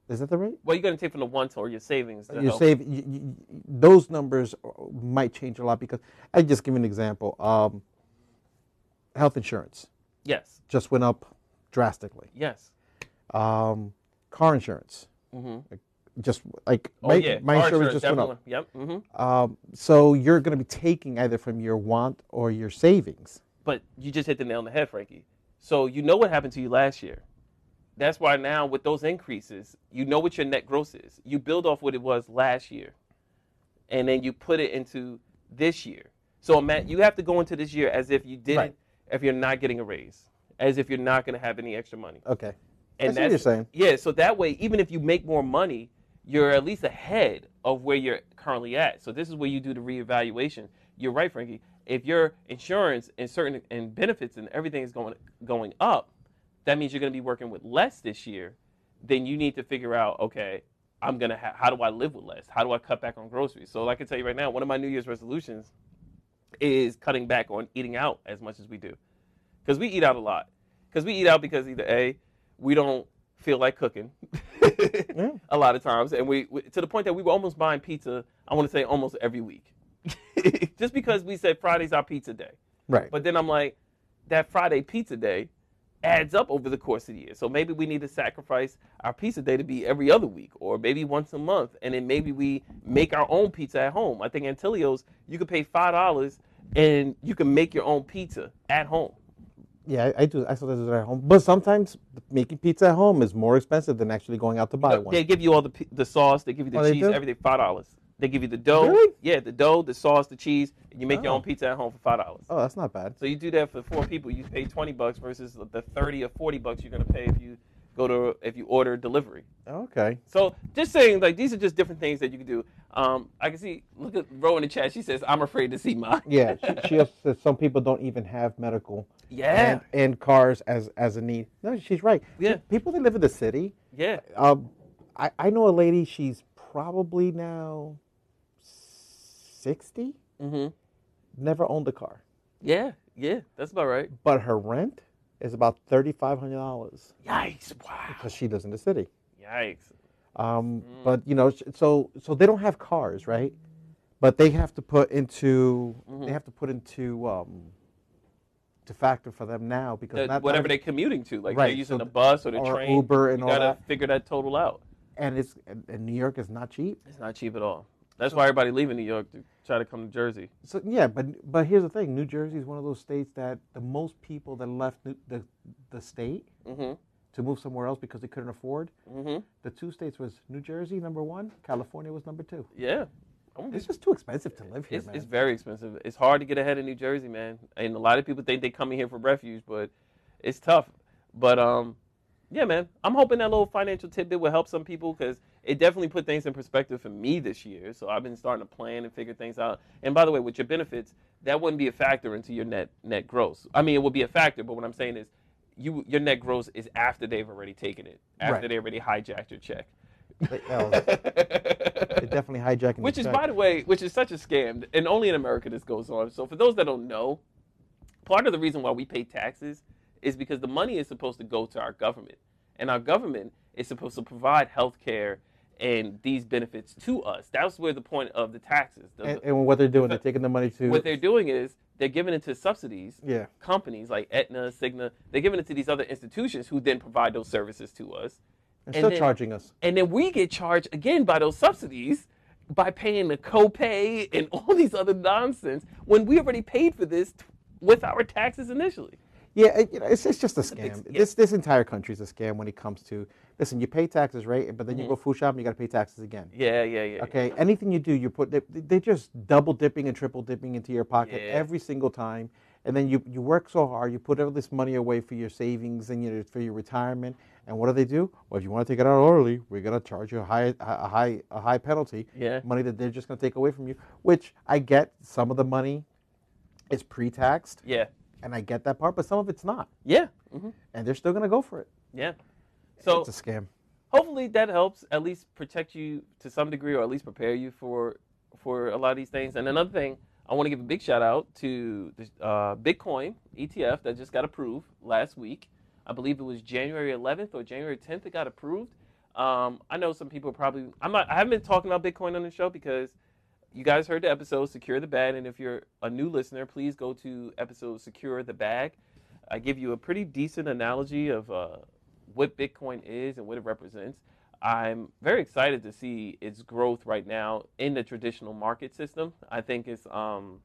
B: Is that the right?
A: Well, you're going to take from the wants or your savings. To
B: you
A: help.
B: save you, you, those numbers might change a lot because I just give you an example. Um, health insurance
A: Yes.
B: just went up drastically.
A: Yes.
B: Um, car insurance, Like, just like my,
A: Mm-hmm. oh, yeah.
B: my
A: Car
B: insurance just went
A: definitely.
B: up.
A: Yep. hmm
B: Um, so you're going to be taking either from your want or your savings.
A: But you just hit the nail on the head, Frankie. So you know what happened to you last year. That's why now with those increases, you know what your net gross is. You build off what it was last year, and then you put it into this year. So Matt, you have to go into this year as if you didn't,
B: Right.
A: if you're not getting a raise, as if you're not going to have any extra money.
B: Okay,
A: And
B: I see what you're saying.
A: Yeah, so that way, even if you make more money, you're at least ahead of where you're currently at. So this is where you do the reevaluation. You're right, Frankie. If your insurance and certain and benefits and everything is going going up, that means you're going to be working with less this year. Then you need to figure out, okay, I'm gonna ha- how do I live with less? How do I cut back on groceries? So I can tell you right now, one of my New Year's resolutions is cutting back on eating out as much as we do because we eat out a lot. Because we eat out because either a, we don't feel like cooking a lot of times, and we, we to the point that we were almost buying pizza. I want to say almost every week, just because we said Friday's our pizza day.
B: right?
A: But then I'm like, that Friday pizza day adds up over the course of the year. So maybe we need to sacrifice our pizza day to be every other week or maybe once a month. And then maybe we make our own pizza at home. I think Antilio's, you could pay $5 and you can make your own pizza at home.
B: yeah, I, I do. I sometimes do that at home, but sometimes making pizza at home is more expensive than actually going out to buy one.
A: They give you all the p- the sauce. They give you the
B: Oh, they
A: cheese.
B: do?
A: Everything five dollars. They give you the dough.
B: Really?
A: Yeah, the dough, the sauce, the cheese. And you make your own pizza at home for five dollars.
B: Oh, that's not bad.
A: So you do that for four people. You pay twenty bucks versus the thirty or forty bucks you're gonna pay if you go to if you order delivery.
B: Okay.
A: So just saying, like these are just different things that you can do. Um, I can see. Look at Ro in the chat. She says, "I'm afraid to see mine."
B: Yeah. She, she also says some people don't even have medical
A: Yeah.
B: and, and cars as as a need. No, she's right.
A: Yeah.
B: People that live in the city.
A: yeah.
B: Um, I I know a lady. She's probably now sixty.
A: hmm
B: Never owned a car,
A: Yeah. Yeah. That's about right.
B: but her rent is about thirty five hundred dollars
A: Yikes! Wow.
B: because she lives in the city.
A: Yikes. Mm.
B: Um, But you know, sh- so so they don't have cars, right? But they have to put into
A: Mm-hmm.
B: they have to put into um, to factor for them now because
A: The-
B: not- not
A: whatever
B: every-
A: they're commuting to, like
B: Right,
A: they're using
B: so
A: the
B: th-
A: bus or the
B: or
A: train.
B: Uber and
A: you
B: all
A: gotta
B: that.
A: figure that total out.
B: and it's and, and New York is not cheap.
A: It's not cheap at all. That's why everybody leaving New York to try to come to Jersey.
B: So yeah, but but here's the thing: New Jersey is one of those states that the most people that left New, the the state
A: Mm-hmm.
B: to move somewhere else because they couldn't afford. The two states was New Jersey number one, California was number two.
A: Yeah. I'm
B: It's just too expensive to live here,
A: It's,
B: man.
A: it's very expensive. It's hard to get ahead in New Jersey, man. And a lot of people think they come in here for refuge, but it's tough. But um, yeah, man. I'm hoping that little financial tidbit will help some people because it definitely put things in perspective for me this year. So I've been starting to plan and figure things out. And by the way, with your benefits, that wouldn't be a factor into your net net gross. I mean, it would be a factor, but what I'm saying is, you your net gross is after they've already taken it, after
B: Right.
A: they already hijacked your check.
B: They-
A: *laughs*
B: hell, they're definitely hijacking. the
A: Which is,
B: check.
A: by the way, which is such a scam, and only in America this goes on. So for those that don't know, part of the reason why we pay taxes is because the money is supposed to go to our government, and our government is supposed to provide health care and these benefits to us. That's where the point of the taxes. The-
B: and, and what they're doing, they're taking the money to
A: what they're doing is they're giving it to subsidies
B: Yeah.
A: companies like Aetna, Cigna. They're giving it to these other institutions who then provide those services to us.
B: and still
A: then-
B: charging us.
A: and then we get charged again by those subsidies by paying the copay and *laughs* all these other nonsense when we already paid for this t- with our taxes initially.
B: Yeah, it, you know, it's, it's just a
A: big
B: scam.
A: scam.
B: This this entire country is a scam when it comes to listen. You pay taxes, right? But then
A: Mm-hmm.
B: you go food shopping, you got to pay taxes again.
A: Yeah, yeah, yeah.
B: Okay, anything you do, you put they, they're just double dipping and triple dipping into your pocket
A: Yeah.
B: every single time, and then you you work so hard, you put all this money away for your savings and your for your retirement, and what do they do? Well, if you want to take it out early, we're gonna charge you a high a high a high penalty.
A: Yeah.
B: money that they're just gonna take away from you. Which I get some of the money is pre-taxed,
A: Yeah,
B: and I get that part, but some of it's not,
A: yeah, hmm
B: and they're still gonna go for it.
A: yeah. So
B: It's a scam.
A: hopefully that helps at least protect you to some degree or at least prepare you for for a lot of these things and another thing i want to give a big shout out to the uh, bitcoin etf that just got approved last week i believe it was january 11th or january 10th it got approved um, i know some people probably i'm not i haven't been talking about bitcoin on the show because you guys heard the episode secure the bag and if you're a new listener please go to episode secure the bag i give you a pretty decent analogy of uh, what Bitcoin is and what it represents. I'm very excited to see its growth right now in the traditional market system. I think it's um,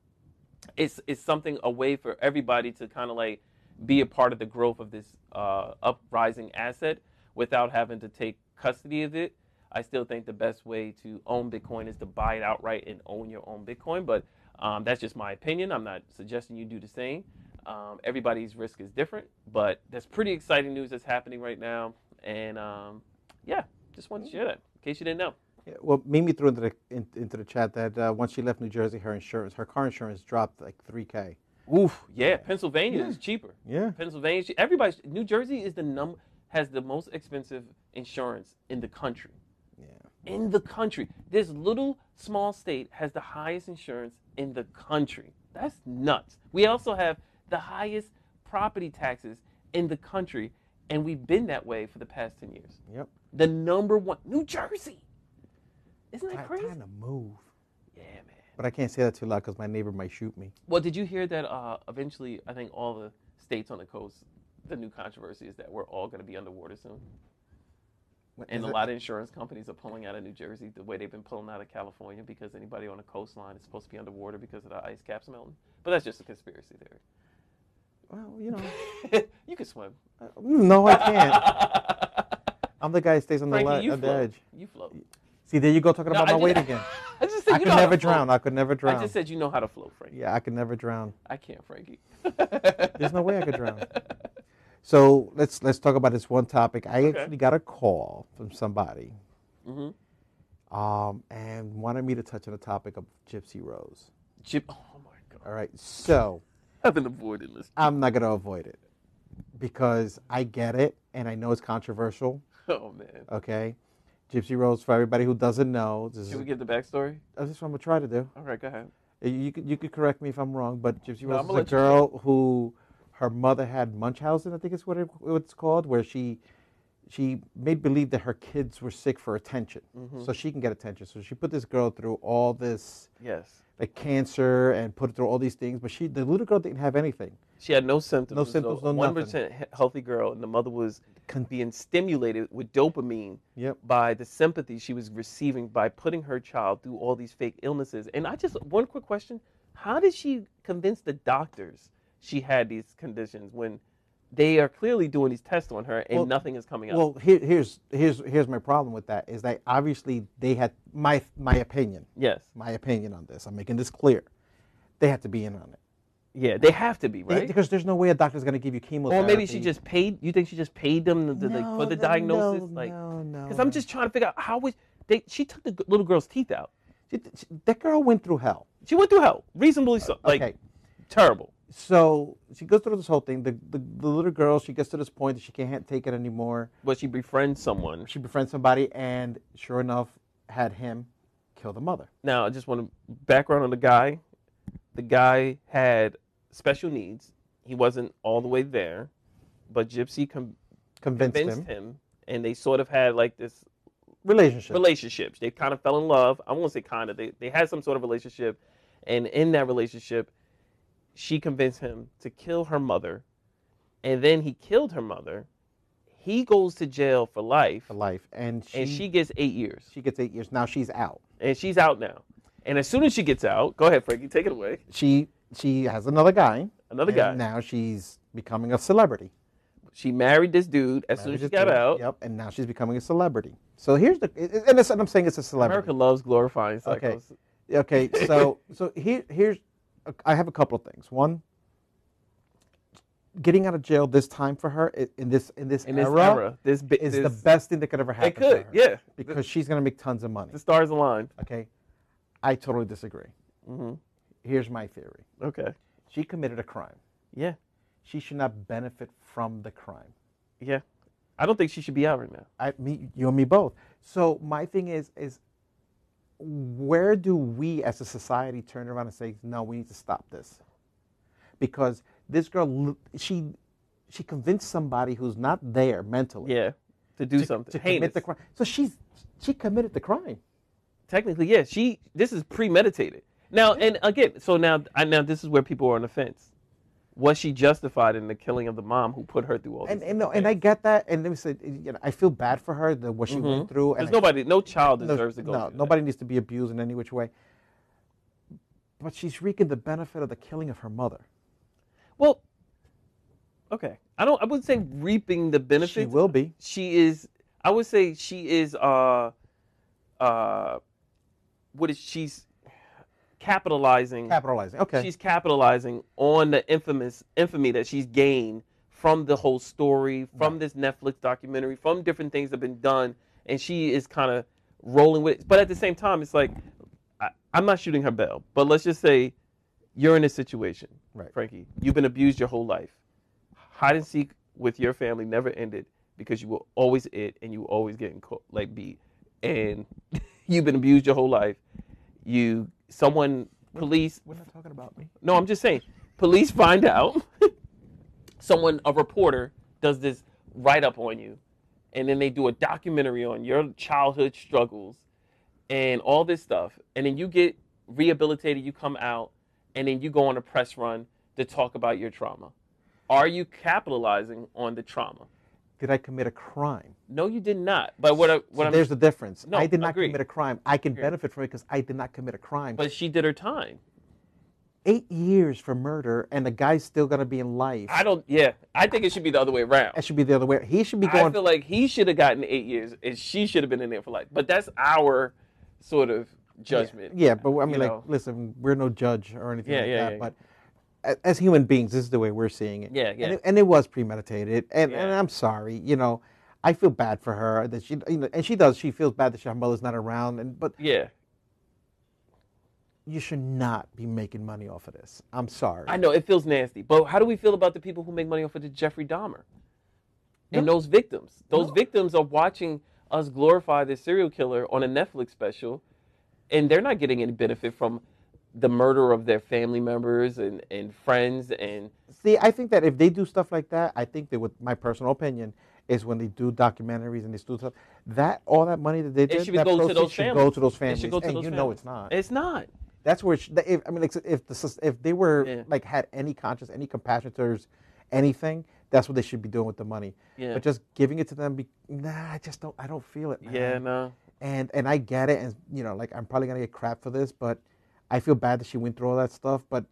A: it's it's something a way for everybody to kind of like be a part of the growth of this uh, uprising asset without having to take custody of it. I still think the best way to own Bitcoin is to buy it outright and own your own Bitcoin, but um, that's just my opinion. I'm not suggesting you do the same. Um, everybody's risk is different, but that's pretty exciting news that's happening right now. And um, yeah, just wanted to share that in case you didn't know.
B: Yeah, well, Mimi threw into the in, into the chat that uh, once she left New Jersey, her insurance, her car insurance dropped like three k.
A: Oof, yeah. Pennsylvania is cheaper.
B: Yeah.
A: Pennsylvania. Everybody. New Jersey is the num has the most expensive insurance in the country. Yeah. In the country, this little small state has the highest insurance in the country. That's nuts. We also have the highest property taxes in the country, and we've been that way for the past ten years.
B: Yep.
A: The number one, New Jersey. Isn't that
B: Time,
A: crazy?
B: time to move.
A: Yeah, man.
B: But I can't say that too loud because my neighbor might shoot me.
A: Well, did you hear that uh, eventually, I think all the states on the coast, the new controversy is that we're all going to be underwater soon? And a lot of insurance companies are pulling out of New Jersey the way they've been pulling out of California because anybody on the coastline is supposed to be underwater because of the ice caps melting. But that's just a conspiracy
B: Well, you know,
A: theory. *laughs* you can swim.
B: *laughs* no, I can't. I'm the guy that stays on the,
A: Frankie,
B: le-
A: you
B: on the
A: float.
B: edge.
A: You float.
B: See, there you go talking about
A: I
B: my
A: just-
B: weight again.
A: I just said *laughs*
B: I
A: you
B: could
A: know how to
B: never
A: float.
B: drown. I could never drown.
A: I just said you know how to float, Frankie. *laughs*
B: yeah, I could never drown.
A: I can't, Frankie.
B: There's no way I could drown. So let's let's talk about this one topic. I actually got a call from somebody, um, and wanted me to touch on the topic of Gypsy Rose.
A: Jip. Oh my God.
B: All right, so
A: I've been avoiding this.
B: I'm not gonna avoid it because I get it, and I know it's controversial.
A: Oh man.
B: Okay, Gypsy Rose. For everybody who doesn't know, this is,
A: Should we give the backstory?
B: this is what I'm gonna try to do.
A: All right, go ahead.
B: Uh, You could, you could correct me if I'm wrong, but Gypsy Rose
A: I'ma
B: is a
A: let you
B: girl who her mother had Munchausen, I think is what, it, what it's called, where she she made believe that her kids were sick for attention,
A: Mm-hmm.
B: so she can get attention. So she put this girl through all this
A: Yes.
B: like cancer and put her through all these things, but she the little girl didn't have anything.
A: She had no symptoms.
B: No symptoms, no
A: One
B: nothing.
A: percent healthy girl, and the mother was being stimulated with dopamine
B: Yep.
A: by the sympathy she was receiving by putting her child through all these fake illnesses. And I just one quick question: How did she convince the doctors she had these conditions when they are clearly doing these tests on her and
B: Well-
A: nothing is coming up?
B: Well, here, here's here's here's my problem with that is that obviously they had my my opinion,
A: yes.
B: my opinion on this. I'm making this clear. They had to be in on it.
A: Yeah, they have to be
B: They-
A: right.
B: Because there's no way a doctor's going to give you chemotherapy.
A: Or maybe she just paid. You think she just paid them the, the, like,
B: No,
A: for the
B: no,
A: diagnosis?
B: no,
A: like,
B: no, no,
A: Because I'm
B: no.
A: just trying to figure out how was they. She took the g- little girl's teeth out.
B: She- she- that girl went through hell.
A: She went through hell, reasonably so. Like,
B: Uh, okay.
A: terrible.
B: So she goes through this whole thing. The, the, the little girl, she gets to this point that she can't take it anymore.
A: But she befriends someone.
B: She befriends somebody, and sure enough, had him kill the mother.
A: Now, I just want to background on the guy. The guy had special needs. He wasn't all the way there, but Gypsy con-
B: Convinced,
A: convinced
B: him.
A: him, and they sort of had like this
B: Relationship.
A: relationships. They kind of fell in love. I won't say kind of. They, they had some sort of relationship. And in that relationship, she convinced him to kill her mother. And then he killed her mother. He goes to jail for life.
B: for life. And she,
A: And she gets eight years.
B: she gets eight years. Now she's out.
A: And she's out now. And as soon as she gets out, go ahead, Frankie, take it away.
B: She she has another guy.
A: Another
B: and
A: guy.
B: Now she's becoming a celebrity.
A: She married this dude as soon as she got out.
B: Yep. And now she's becoming a celebrity. So here's the and, it's, and I'm saying it's a celebrity.
A: America loves glorifying psychos.
B: Okay,
A: *laughs*
B: so so here here's uh, I have a couple of things. One, getting out of jail this time for her i- in this in this,
A: In this
B: era,
A: era, this bi-
B: is
A: this-
B: the best thing that could ever happen.
A: It could,
B: to her
A: yeah.
B: because she's gonna make tons of money.
A: The stars aligned.
B: Okay, I totally disagree.
A: Mm-hmm.
B: Here's my theory:
A: Okay.
B: she committed a crime.
A: Yeah.
B: She should not benefit from the crime.
A: Yeah. I don't think she should be out right now.
B: I me you and me both. So my thing is is where do we as a society turn around and say no we need to stop this because this girl l- she she convinced somebody who's not there mentally
A: Yeah. To do
B: to,
A: something.
B: to
A: Heinous.
B: commit the crime so she's she committed the crime
A: technically, yeah, she this is premeditated. Now and again, so now I now this is where people are on the fence. Was she justified in the killing of the mom who put her through all this?
B: and and no and I get that and let me say you know I feel bad for her the what she went through and
A: There's
B: I-
A: Mm-hmm. nobody, no child
B: no,
A: deserves to go.
B: no,
A: through that.
B: nobody needs to be abused in any which way but she's reaping the benefit of the killing of her mother
A: Well, okay. I don't. I wouldn't say reaping the benefits.
B: she will be
A: She is. I would say she is. Uh, uh, what is she's capitalizing?
B: capitalizing okay
A: She's capitalizing on the infamous infamy that she's gained from the whole story, from this Netflix documentary, from different things that have been done, and she is kind of rolling with it. But at the same time, it's like I, I'm not shooting her bell, but let's just say you're in a situation,
B: Right.
A: Frankie. You've been abused your whole life. Hide and seek with your family never ended because you were always it and you were always getting caught, like beat, and *laughs* you've been abused your whole life. You someone police
B: We're not talking about me.
A: no, I'm just saying. Police find out. *laughs* Someone, a reporter, does this write up on you, and then they do a documentary on your childhood struggles and all this stuff. And then you get rehabilitated, you come out, and then you go on a press run to talk about your trauma. Are you capitalizing on the trauma?
B: Did I commit a crime?
A: No, you did not. But what, I, what
B: So
A: I'm
B: there's the difference.
A: No,
B: I did not
A: agree.
B: commit a crime. I can benefit from it because I did not commit a crime.
A: but she did her time.
B: eight years for murder, and the guy's still gonna be in life.
A: I don't. Yeah, I think it should be the other way around.
B: That should be the other way. He should be
A: I
B: going.
A: feel like he should have gotten eight years, and she should have been in there for life. But that's our sort of judgment.
B: yeah, but I mean,
A: you
B: like,
A: know.
B: listen, we're no judge or anything
A: Yeah,
B: like
A: yeah,
B: that.
A: yeah, yeah.
B: but a- as human beings, this is the way we're seeing it.
A: Yeah, yeah.
B: And it, and it was premeditated, and, and
A: Yeah.
B: I'm sorry. You know, I feel bad for her that she, you know, and she does. She feels bad that her mother's not around, and but
A: Yeah.
B: you should not be making money off of this. I'm sorry.
A: I know it feels nasty, but how do we feel about the people who make money off of the Jeffrey Dahmer and those victims? Those victims are watching us glorify this serial killer on a Netflix special, and they're not getting any benefit from the murder of their family members and, and friends and
B: See, I think that if they do stuff like that, I think that with my personal opinion is when they do documentaries and they do stuff that all that money that they did
A: it should be
B: that
A: go to
B: proceeds
A: those
B: should
A: families.
B: go to those families.
A: It should go to
B: and
A: those
B: you know
A: families.
B: it's not.
A: It's not.
B: That's where it should, if, I mean, like, if the sus- if they were
A: Yeah.
B: like had any conscience, any compassion towards anything, that's what they should be doing with the money.
A: Yeah.
B: But just giving it to them, be, nah, I just don't, I don't feel it. Man.
A: Yeah, no.
B: And and I get it, and you know, like I'm probably gonna get crap for this, but I feel bad that she went through all that stuff. But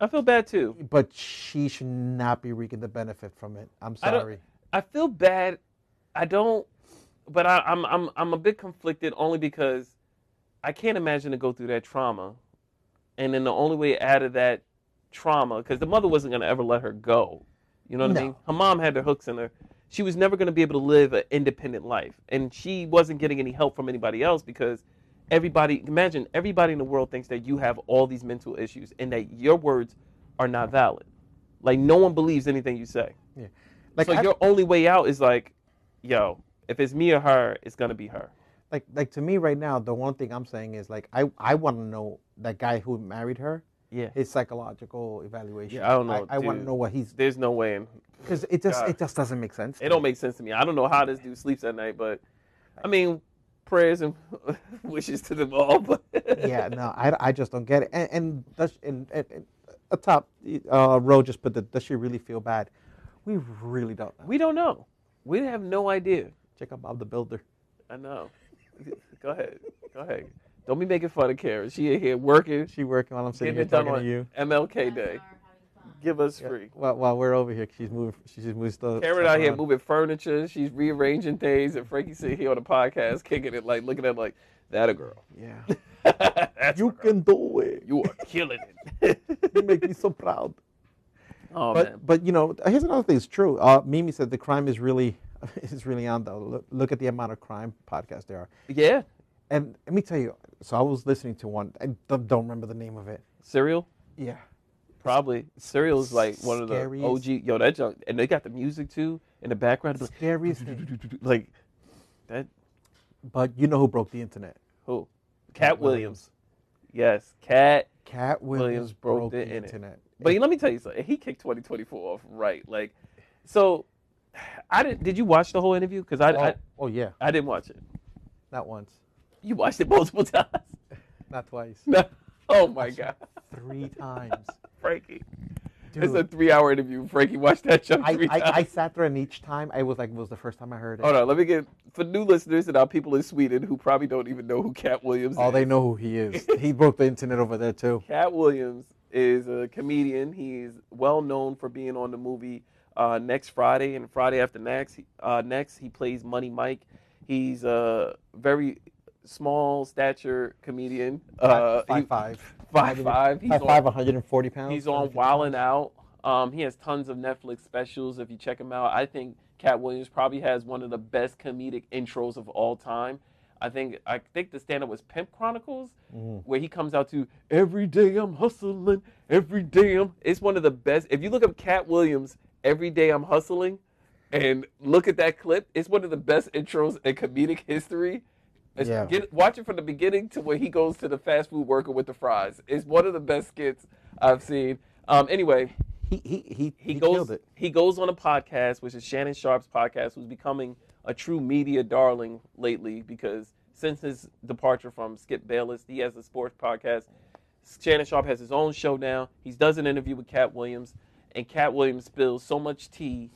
A: I feel bad too.
B: but she should not be reaping the benefit from it. I'm
A: I don't-
B: sorry.
A: I feel bad. I don't, but I, I'm I'm I'm a bit conflicted only because I can't imagine to go through that trauma, and then the only way out of that trauma because the mother wasn't gonna ever let her go. You know what
B: No.
A: I mean? Her mom had her hooks in her. She was never gonna be able to live an independent life, and she wasn't getting any help from anybody else because everybody imagine everybody in the world thinks that you have all these mental issues and that your words are not valid. Like no one believes anything you say
B: Yeah. Like
A: so
B: I-
A: your only way out is like, yo, if it's me or her, it's gonna be her.
B: like like to me right now, the one thing I'm saying is like I I want to know that guy who married her.
A: Yeah.
B: His psychological evaluation.
A: Yeah, I don't know,
B: I, want to
A: dude.
B: know what he's
A: There's no way in.
B: because it just
A: God.
B: it just doesn't make sense.
A: It don't make sense to me. I don't know how this dude sleeps at night, but I mean, prayers and *laughs* wishes to them all. But *laughs*
B: yeah, no, I, I just don't get it. And and does and, and, and a top uh, row just put the does she really feel bad? We really don't. know.
A: we don't know. We have no idea.
B: Check out Bob the Builder.
A: I know. *laughs* Go ahead. Go ahead. Don't be making fun of Karen. She in here working,
B: She working while I'm sitting
A: getting
B: here
A: it done
B: talking to
A: on
B: you.
A: MLK Day. Give us free.
B: While, while we're over here, she's moving. She's moving stuff.
A: Karen
B: stuff
A: out here
B: around.
A: moving furniture. She's rearranging things, and Frankie sitting here on the podcast, kicking it, like looking at it like that a girl. *laughs*
B: Yeah.
A: That's
B: You can do it.
A: You are killing it.
B: You make me so proud.
A: *laughs* oh
B: *laughs* but
A: man.
B: but you know, here's another thing. It's true. Uh, Mimi said the crime is really *laughs* is really on though. Look, look at the amount of crime podcasts there are.
A: Yeah.
B: And let me tell you. So I was listening to one. I don't don't remember the name of it.
A: Cereal?
B: Yeah.
A: Probably. Cereal is like one of the
B: Scariest-
A: OG yo, that junk and they got the music too in the background. It's like,
B: *laughs* Scariest thing.
A: like that
B: But you know who broke the internet?
A: who? Cat Williams. Yes. Cat
B: Cat Williams,
A: Williams
B: broke,
A: broke
B: the,
A: the internet.
B: internet.
A: But let me tell you something. He kicked 2024 off right. Like so I didn't did you watch the whole interview? Because I, I
B: oh, oh yeah,
A: I didn't watch it.
B: not once,
A: You watched it multiple *laughs* times.
B: not twice, *laughs*
A: oh my god.
B: three times.
A: Frankie. It's a
B: Dude.
A: three hour interview. Frankie watched that show
B: I,
A: three
B: I,
A: times.
B: I sat there and each time I was like, it was the first time I heard it.
A: Hold on, let me get for new listeners and our people in Sweden who probably don't even know who Cat Williams
B: Oh,
A: is.
B: they know who he *laughs* is. he broke the internet over there too.
A: Cat Williams is a comedian. He's well known for being on the movie uh, Next Friday and Friday After Next. Uh, next, he plays Money Mike. He's a very small stature comedian. Uh,
B: five,
A: he-
B: five.
A: five, five. He's
B: Five,
A: on-
B: five, 140 pounds.
A: He's on Wildin' Out. Um, he has tons of Netflix specials. If you check him out, I think Cat Williams probably has one of the best comedic intros of all time. I think I think the stand-up was Pimp Chronicles, where he comes out to every day I'm hustling, every day I'm. It's one of the best. If you look up Cat Williams, every day I'm hustling, and look at that clip, it's one of the best intros in comedic history. It's-
B: Yeah.
A: get- watch it from the beginning to where he goes to the fast food worker with the fries. It's one of the best skits I've seen. Um, anyway,
B: He he he,
A: he,
B: he,
A: goes
B: killed it.
A: he goes on a podcast, which is Shannon Sharp's podcast, who's becoming a true media darling lately because since his departure from Skip Bayless, he has a sports podcast. Shannon Sharp has his own show now. He does an interview with Cat Williams, and Cat Williams spills so much tea.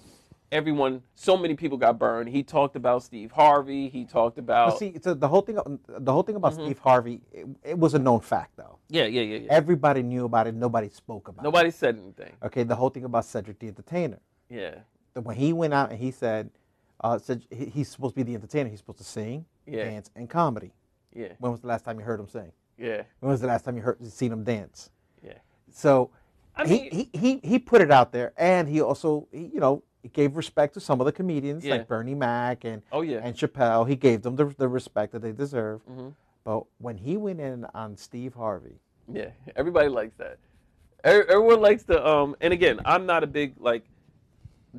A: Everyone, so many people got burned. He talked about Steve Harvey. He talked
B: But
A: about
B: see, so the whole thing, the whole thing about
A: Mm-hmm.
B: Steve Harvey, it, it was a known fact though.
A: yeah, yeah, yeah, yeah.
B: Everybody knew about it. Nobody spoke about it.
A: Nobody said anything.
B: Okay, the whole thing about Cedric the Entertainer.
A: Yeah,
B: that when he went out and he said, uh, said he, he's supposed to be the entertainer. He's supposed to sing,
A: Yeah.
B: dance, and comedy.
A: yeah,
B: When was the last time you heard him sing?
A: yeah,
B: When was the last time you heard seen him dance?
A: yeah.
B: So
A: I mean,
B: he, he, he, he put it out there, and he also, he, you know, he gave respect to some of the comedians
A: Yeah.
B: like Bernie Mac and
A: oh yeah, Mm-hmm.
B: and Chappelle. He gave them the, the respect that they deserve. But when he went in on Steve Harvey,
A: Yeah, everybody likes that. Ev- Everyone likes the um. And again, I'm not a big like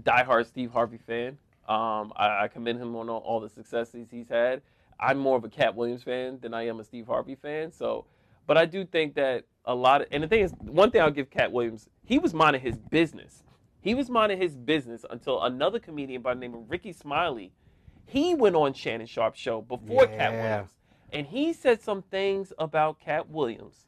A: diehard Steve Harvey fan. Um, I, I commend him on all, all the successes he's had. I'm more of a Cat Williams fan than I am a Steve Harvey fan. So, but I do think that a lot of and the thing is, one thing I'll give Cat Williams, he was minding his business. He was minding his business until another comedian by the name of Ricky Smiley, he went on Shannon Sharp's show before Cat
B: Yeah.
A: Williams, and he said some things about Cat Williams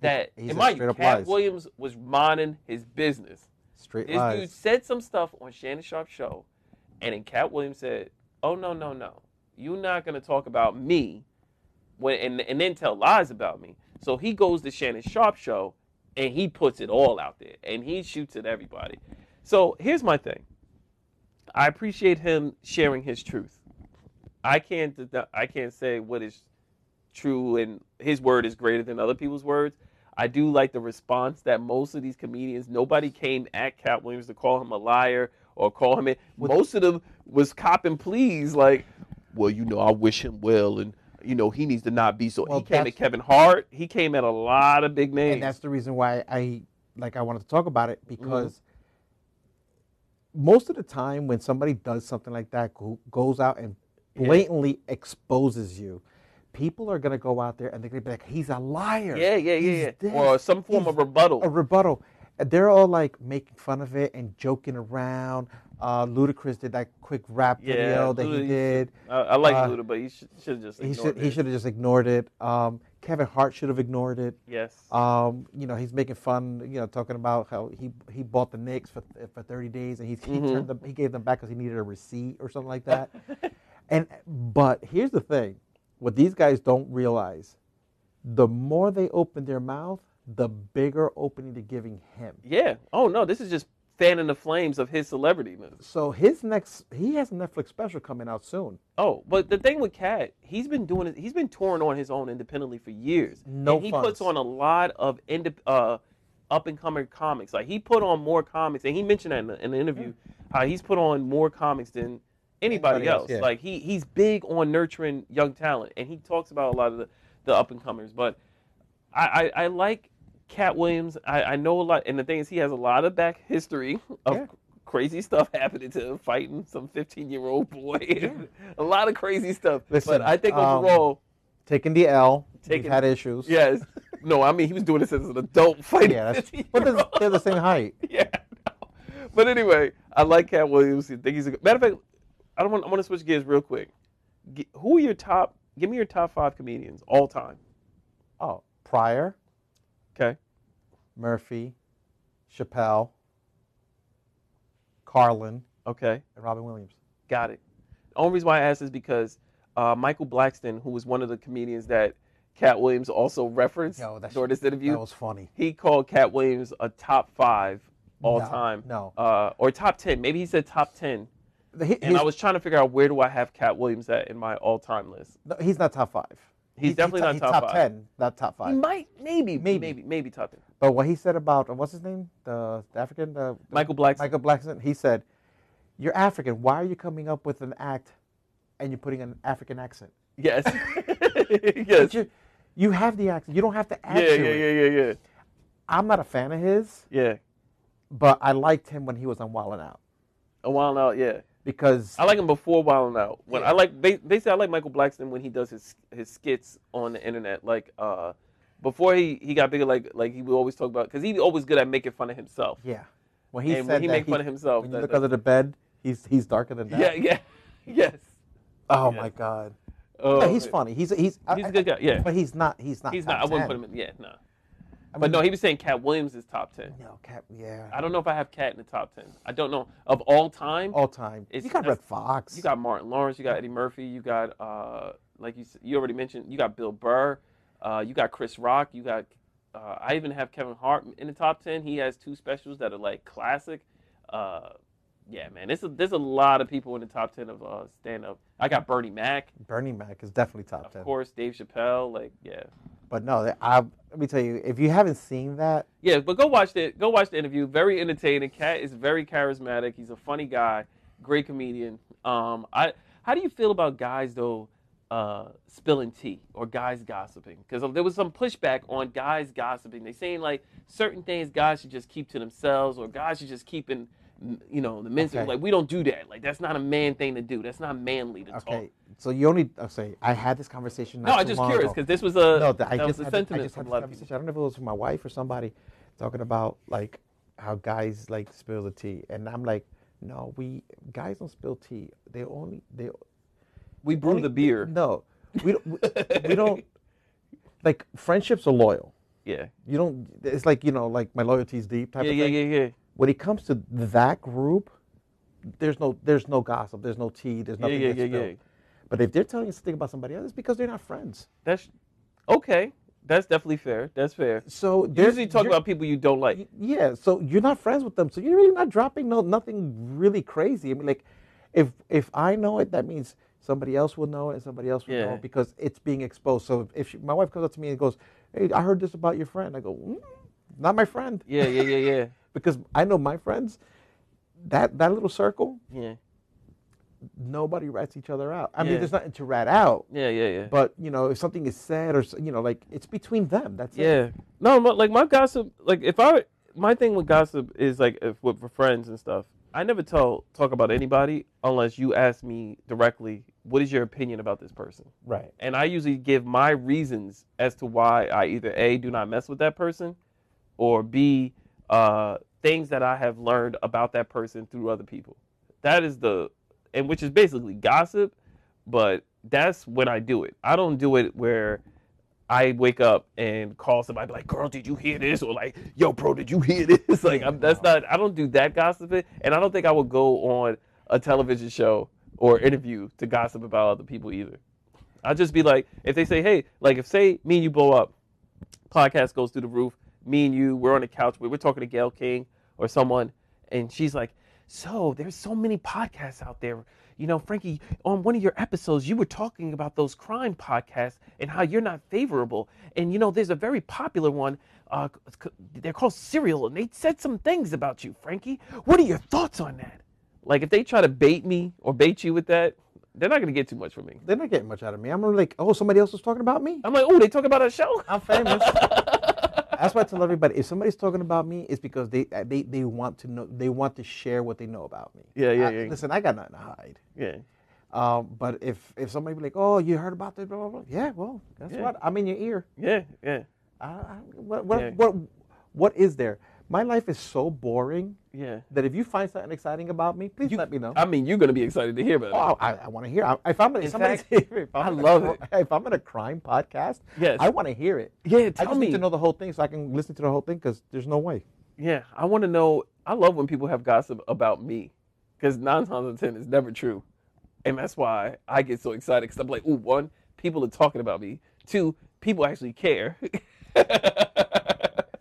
A: that
B: He
A: and
B: said
A: mind you,
B: straight up
A: Cat
B: lies.
A: Williams was minding his business.
B: straight
A: This dude
B: lies.
A: said some stuff on Shannon Sharp's show, and then Cat Williams said, "Oh no, no, no, you're not gonna talk about me, when and and then tell lies about me." So he goes to Shannon Sharp's show, and he puts it all out there, and he shoots at everybody. So here's my thing. I appreciate him sharing his truth. I can't deny- I can't say what is true and his word is greater than other people's words. I do like the response that most of these comedians, nobody came at Cat Williams to call him a liar or call him it. Most of them was cop and please, like, well, you know, I wish him well and you know, he needs to not be so
B: Well,
A: he came at
B: that's-
A: Kevin Hart, he came at a lot of big names.
B: And that's the reason why I like I wanted to talk about it
A: Mm-hmm.
B: because most of the time when somebody does something like that, go, goes out and blatantly exposes you, people are gonna go out there and they're gonna be like, "He's a liar."
A: yeah, yeah,
B: He's
A: yeah, yeah.
B: this,
A: Or some form
B: he's
A: of rebuttal.
B: a rebuttal. And They're all like making fun of it and joking around. Uh, Ludacris did that quick rap
A: Yeah,
B: video that
A: Luda, you
B: he did.
A: I, I like
B: Uh,
A: Luda, but he should, should just
B: He
A: ignored
B: should he
A: it.
B: should have just ignored it. Um, Kevin Hart should have ignored it.
A: Yes.
B: Um, you know he's making fun. You know talking about how he he bought the Knicks for for thirty days and he, he turned them he gave them back because he needed a receipt or something like that. and but here's the thing, what these guys don't realize, the more they open their mouth, the bigger opening they're giving him.
A: yeah. Oh no, this is just fanning the flames of his celebrityness.
B: So his next, he has a Netflix special coming out soon.
A: Oh, but the thing with Cat, he's been doing it. He's been touring on his own independently for years.
B: No
A: and he
B: funds.
A: puts on a lot of indep uh, up and coming comics. Like he put on more comics, and he mentioned that in, the, in the interview how he's put on more comics than anybody,
B: Anybody
A: else.
B: else, yeah.
A: Like he he's big on nurturing young talent, and he talks about a lot of the, the up and comers. But I, I I like Cat Williams. I, I know a lot, and the thing is, he has a lot of back history of
B: Yeah.
A: crazy stuff *laughs* happening to him, fighting some 15 year old
B: *laughs*
A: boy. *laughs* a lot of crazy stuff. but
B: Listen,
A: I think
B: um,
A: overall,
B: Taking the L,
A: Taking-
B: we've had issues.
A: yes. No, I mean he was doing this as an adult *laughs* fighting.
B: yeah. That's,
A: 15
B: but
A: year *laughs*
B: they're, they're the same height.
A: yeah. no. But anyway, I like Cat Williams. I think he's a good. Matter of fact, I don't want. I want to switch gears real quick. G- who are your top? Give me your top five comedians all time.
B: Oh, Pryor,
A: Okay.
B: Murphy, Chappelle, Carlin,
A: Okay.
B: and Robin Williams.
A: Got it. The only reason why I asked is because uh, Michael Blackston, who was one of the comedians that Cat Williams also referenced
B: Yo, that's-
A: during this interview,
B: That was funny.
A: he called Cat Williams a top five all
B: No,
A: time.
B: no.
A: Uh, or top 10. Maybe he said top 10.
B: The- he-
A: And I
B: he's-
A: was trying to figure out where do I have Cat Williams at in my all time list.
B: no, he's not top five.
A: He's
B: He- he
A: definitely
B: to-
A: not
B: he's
A: top five.
B: ten, not top
A: He
B: five.
A: might, maybe, maybe,
B: Maybe.
A: maybe, top 10.
B: But what he said about uh, what's his name, the, the African, the, the-
A: Michael Blackston.
B: Michael Blackson, he said, "You're African. Why are you coming up with an act, and you're putting an African accent? *laughs*
A: Yes. *laughs* yes.
B: You, you have the accent. You don't have to add
A: Yeah, yeah,
B: to it.
A: yeah, yeah, yeah.
B: I'm not a fan of his,
A: Yeah.
B: but I liked him when he was on Wildin' Out
A: A while out, yeah.
B: because
A: I like him before Wild 'N Out. When I like ba- basically I like Michael Blackston when he does his his skits on the internet. Like uh, before he, he got bigger, like like he would always talk about because he always good at making fun of himself.
B: yeah, when he
A: And when
B: said
A: he
B: that
A: make fun of himself,
B: when
A: that-
B: you look
A: that-
B: under the bed, he's he's darker than that.
A: yeah, yeah. *laughs* yes.
B: Oh my god.
A: Oh,
B: No, he's funny. He's he's I-
A: He's a
B: I-
A: good guy, yeah.
B: But he's not. He's not.
A: He's
B: top
A: not. I wouldn't
B: 10.
A: put him in. Yeah, no. but no, he was saying Cat Williams is top ten.
B: No, Cap. Yeah.
A: I don't know if I have Cat in the top ten. I don't know of all time.
B: All time.
A: It's-
B: you got
A: that's-
B: Red Fox.
A: You got Martin Lawrence. You got Eddie Murphy. You got uh, like you s- you already mentioned. You got Bill Burr. Uh, you got Chris Rock. You got uh, I even have Kevin Hart in the top ten. He has two specials that are like classic. Uh, yeah, man, it's a, there's a lot of people in the top ten of uh, stand up. I got Bernie Mac,
B: Bernie Mac is definitely top
A: of
B: ten.
A: course, Dave Chappelle. Like yeah,
B: But no, that- I, let me tell you, if you haven't seen that,
A: Yeah, but go watch it. Go watch the interview. Very entertaining. Cat is very charismatic. He's a funny guy, great comedian. Um, I how do you feel about guys though uh, spilling tea or guys gossiping? Because there was some pushback on guys gossiping. They saying like certain things guys should just keep to themselves or guys should just keep in you know the men's
B: Okay.
A: like we don't do that. Like that's not a man thing to do. That's not manly to
B: okay,
A: talk.
B: so you only, I'll say, I had this conversation. Not
A: No, I'm
B: too
A: just
B: long
A: curious
B: ago.
A: because this was a
B: no, that
A: that
B: I
A: was
B: just,
A: a
B: had, this- I
A: sentiment
B: just
A: from
B: had
A: a
B: this
A: lot of people.
B: conversation. I don't know if it was with my wife or somebody talking about like how guys like to spill the tea, and I'm like, no, we guys don't spill tea. They only they
A: We brew
B: only-
A: the beer.
B: No, we don't. We,
A: *laughs*
B: we don't like friendships are loyal.
A: Yeah.
B: You don't. It's like you know, like my loyalty's deep type
A: Yeah,
B: of
A: yeah,
B: thing.
A: yeah, yeah.
B: When it comes to that group, there's no there's no gossip. There's no tea. There's nothing.
A: yeah,
B: that's
A: yeah, yeah.
B: spilled. But if they're telling us to think about somebody else, it's because they're not friends.
A: That's okay. That's definitely fair. That's fair.
B: So
A: You
B: there's
A: usually talk about people you don't like.
B: yeah so you're not friends with them so you're really not dropping no nothing really crazy i mean like if if i know it that means somebody else will know it and somebody else will know
A: Yeah.
B: it because it's being exposed so if she, my wife comes up to me and goes hey i heard this about your friend i go mm, not my friend
A: Yeah, yeah, yeah, yeah.
B: because i know my friends that that little circle
A: Yeah.
B: nobody rats each other out i mean
A: Yeah.
B: there's nothing to rat out
A: Yeah, yeah, yeah.
B: but you know if something is said or s- you know like it's between them that's it
A: yeah. No, my, like my gossip, like if I my thing with gossip is like if with for friends and stuff. I never tell talk about anybody unless you ask me directly, what is your opinion about this person?
B: right
A: and I usually give my reasons as to why I either a do not mess with that person, or b uh, things that I have learned about that person through other people. That is the and which is basically gossip, but that's when I do it. I don't do it where I wake up and call somebody be like, "Girl, did you hear this?" or like, "Yo, bro, did you hear this?" *laughs* like, I'm, that's not. I don't do that gossiping, and I don't think I would go on a television show or interview to gossip about other people either. I'll just be like, if they say, hey, like if say me and you blow up, podcast goes through the roof, me and you, we're on the couch, we- we're talking to Gail King or someone, and she's like, so there's so many podcasts out there. You know, Frankie, on one of your episodes, you were talking about those crime podcasts and how you're not favorable. And you know, there's a very popular one. Uh, c- c- they're called Serial, and they said some things about you, Frankie. What are your thoughts on that? Like, if they try to bait me or bait you with that, they're not gonna get too much from me.
B: they're not getting much out of me i'm like oh somebody else was talking about me
A: I'm like, oh, they talk about our show. *laughs*
B: I'm famous. That's why I tell everybody if somebody's talking about me, it's because they uh, they they want to know they want to share what they know about me.
A: Yeah, yeah,
B: I-
A: yeah.
B: Listen, I got nothing to hide.
A: Yeah,
B: Um, but if if somebody be like, oh, you heard about that, blah blah blah. Yeah, well, guess
A: Yeah.
B: what? I'm in your ear.
A: yeah, yeah,
B: I, I, what what,
A: Yeah.
B: what what is there? My life is so boring
A: yeah.
B: that if you find something exciting about me, please let me know.
A: I mean, you're gonna be excited to hear about it.
B: Oh, I, I want to hear. I, if I'm,
A: In
B: if somebody's,
A: fact,
B: *laughs* if
A: I
B: I'm in a
A: love
B: cri- If I'm in a crime podcast,
A: Yes.
B: I want to hear it.
A: Yeah,
B: I
A: tell
B: just
A: me.
B: need to know the whole thing so I can listen to the whole thing because there's no way.
A: Yeah, I want to know. I love when people have gossip about me, because nine times out of ten is never true, and that's why I get so excited. Because I'm like, ooh, one, people are talking about me. Two, people actually care. *laughs*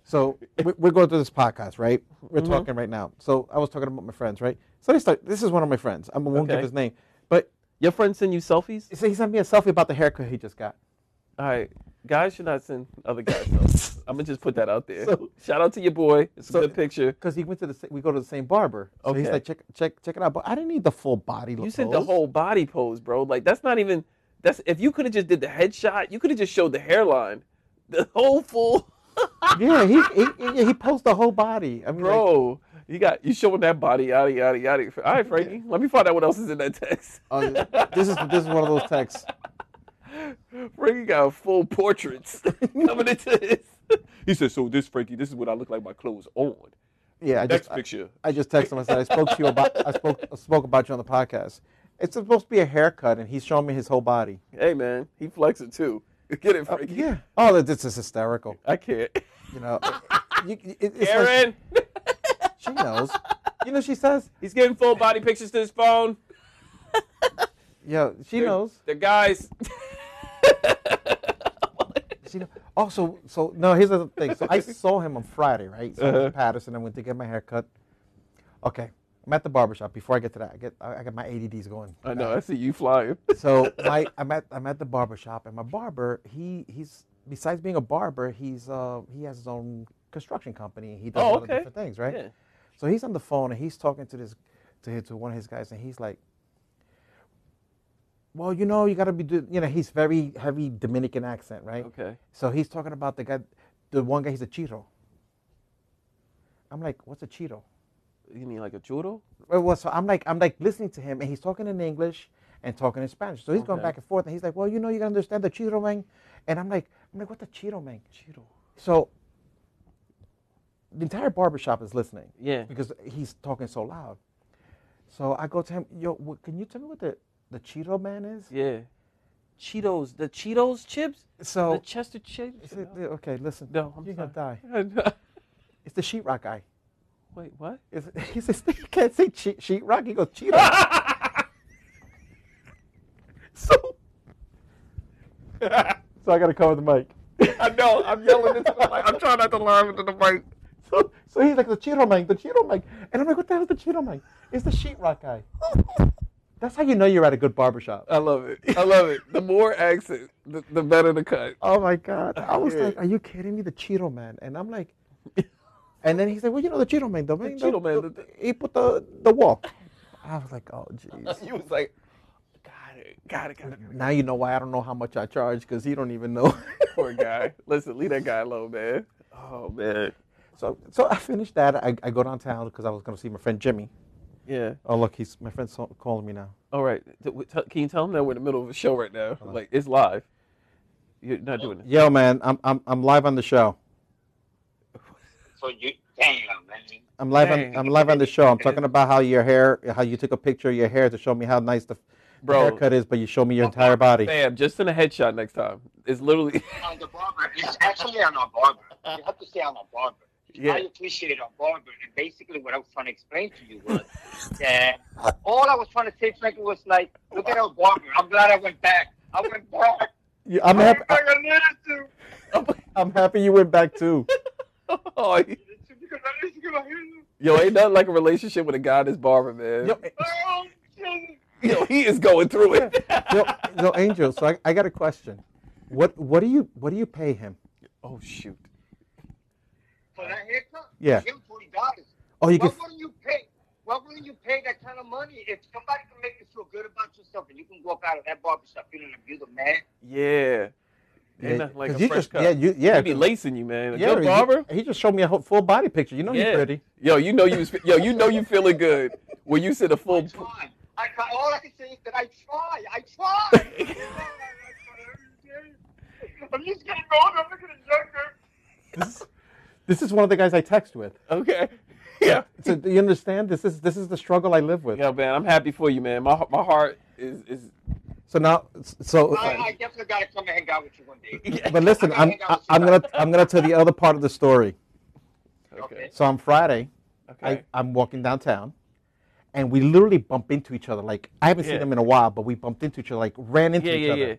B: So we- we're going through this podcast, right? We're
A: Mm-hmm.
B: talking right now. So I was talking about my friends, right? So they start. This is one of my friends. I won't
A: Okay.
B: give his name, but
A: Your friends send you selfies.
B: so he sent me a selfie about the haircut he just got.
A: All right, guys should not send other guys selfies. I'm gonna just put that out *laughs* there.
B: So-
A: Shout out to your boy. It's a
B: So-
A: good picture.
B: Because he went to the sa- we go to the same barber. So he's
A: Okay.
B: like, check check check it out. But I didn't need the full body.
A: You said the whole body pose, bro. Like that's not even that's if you could have just did the headshot, you could have just showed the hairline. The whole *laughs* full
B: Yeah, he he, he, he posed the whole body. I mean, like,
A: bro. You got you showing that body, yada yada yada. All right, Frankie, let me find out what else is in that text.
B: oh, this is this is one of those texts.
A: *laughs* Frankie got full *laughs* portraits coming into this. *laughs* He said, "So this, Frankie, this is what I look like my clothes on."
B: Yeah, I
A: Next
B: just, I-
A: picture.
B: I just texted him. I said, I spoke to you about, I spoke, I spoke about you on the podcast. It's supposed to be a haircut, and he's showing me his whole body.
A: Hey man, he flexing too. Get it, Frankie.
B: Oh, that- this is hysterical.
A: I can't. *laughs*
B: You know, *laughs* it, you- it- it's like-
A: Aaron,
B: she knows. You know, she says,
A: *laughs* he's getting full body pictures to his phone.
B: yeah, she knows.
A: The guys.
B: She know. Oh, so, so no. Here's the thing. So I saw him on Friday, right? So I went to Patterson. I went to get my haircut. Okay, I'm at the barbershop. Before I get to that, I get, I I got my ADDs going.
A: I *laughs* know. I see you flying.
B: So my I'm at I'm at the barber shop and my barber he he's besides being a barber, he's uh, he has his own construction company. and He does a
A: Oh,
B: lot
A: okay.
B: of different things, right?
A: Yeah.
B: So he's on the phone and he's talking to this to his, to one of his guys, and he's like, "Well, you know, you got to be do-, you know." He's very heavy Dominican accent, right?
A: Okay.
B: So he's talking about the guy, the one guy. He's a Cheeto. I'm like, "What's a Cheeto?"
A: You mean like a churro?
B: Well, well, so I'm like, I'm like listening to him, and he's talking in English and talking in Spanish. So he's going
A: Okay.
B: back and forth, and he's like, "Well, you know, you gotta understand the Cheeto man," and I'm like, "I'm like, what the Cheeto man?" Cheeto. So the entire barbershop is listening.
A: Yeah.
B: Because he's talking so loud. So I go to him, "Yo, wh- can you tell me what the the Cheeto man is?"
A: Yeah. Cheetos, the Cheetos chips,
B: So
A: the Chester chips.
B: I said, *laughs* okay, listen,
A: No, I'm
B: you're
A: sorry.
B: gonna
A: *laughs*
B: die.
A: Wait,
B: It's the sheetrock guy.
A: what?
B: *laughs* It's, he says, you can't say che- sheetrock. He goes, Cheeto.
A: *laughs*
B: so, *laughs* so I got to cover the mic.
A: *laughs* I know. I'm yelling into the mic. I'm trying not to laugh into the mic.
B: So, so he's like, the Cheeto mic, the Cheeto mic. And I'm like, what the hell is the Cheeto mic? It's the
A: *laughs*
B: sheetrock guy. That's how you know you're at a good barbershop.
A: I love it. I love it. The more accent, the, the better the cut.
B: Oh my God. I
A: *laughs*
B: was like, are you kidding me? The Cheeto man. And I'm like, *laughs* and then he said, well, you know, the Cheeto man, the, man,
A: Cheeto man, the-
B: he put the, the wall. I was like, oh,
A: *laughs*
B: jeez.
A: You was like, got it, got it, got
B: *laughs*
A: it.
B: Now you know why I don't know how much I charge because he don't even know.
A: *laughs* Poor guy. Listen, leave that guy alone, man. Oh man.
B: so so I finished that. I, I go downtown because I was gonna see my friend Jimmy.
A: Yeah.
B: Oh look, he's my friend's so- calling me now.
A: All right. Th- w- tell- Can you tell him that we're in the middle of a show right now? Like it's live. You're not doing it.
B: Yo man, I'm I'm I'm live on the show.
H: So you, damn, man.
B: I'm live on
A: Dang.
B: I'm live on the show. I'm talking about how your hair, how you took a picture of your hair to show me how nice the, the
A: Bro.
B: haircut is, but you show me your entire body.
A: Bam. Just send a headshot next time. It's literally.
H: On the barber, it's actually on our barber. You have to say on our barber.
A: *laughs* Yeah.
H: I appreciate our barber, and basically what I was trying to explain to you was that all I was trying to say, Frankie, was like, look at our barber. I'm glad I went back. I went back.
B: You- I'm
H: I
B: happy.
H: went back a little too.
B: I'm happy you went back too.
A: oh,
H: Because I didn't get my hair done.
A: yo, ain't nothing like a relationship with a guy that's barber, man.
B: Yo,
H: Oh, shit.
A: *laughs* yo he is going through it. *laughs*
B: yo, yo, Angel. So I, I got a question. What what do you what do you pay him?
A: oh shoot.
H: For that haircut?
B: Yeah.
H: Give him $40. Oh,
B: Oh, you
H: why
B: can-
H: wouldn't you pay? Why wouldn't you pay that kind of money if somebody can make you feel good about yourself and you can walk out of that barbershop feeling like you're the man?
A: Yeah.
B: Yeah,
A: Ain't nothing like
B: 'cause
A: a
B: you
A: fresh
B: just-
A: cut.
B: yeah, you- yeah,
A: He be
B: 'cause-
A: lacing you, man. A
B: Yeah,
A: good
B: he-
A: barber.
B: He, just showed me a whole full body picture. You know he's *laughs* pretty.
A: Yo, you know you was, yo, you know you feeling good when you sit a
H: I
A: full. p-
H: tried. I try. All I can say is that I try. I
A: *laughs*
H: try. I'm just getting older. I'm looking at younger.
B: This is one of the guys I text with.
A: Okay. *laughs* Yeah.
B: So do you understand? This is this is the struggle I live with.
A: Yo, man, I'm happy for you, man. My my heart is is.
B: So now, so.
H: I, I definitely got to come and hang out with you one day.
B: but listen, I'm
H: hang out
B: I-
H: with you
B: I'm gonna I'm gonna tell the other part of the story.
A: Okay.
B: So on Friday,
A: Okay.
B: I, I'm walking downtown, and we literally bump into each other. Like I haven't
A: Yeah.
B: seen him in a while, but we bumped into each other. Like ran into
A: Yeah,
B: each
A: yeah,
B: other.
A: yeah.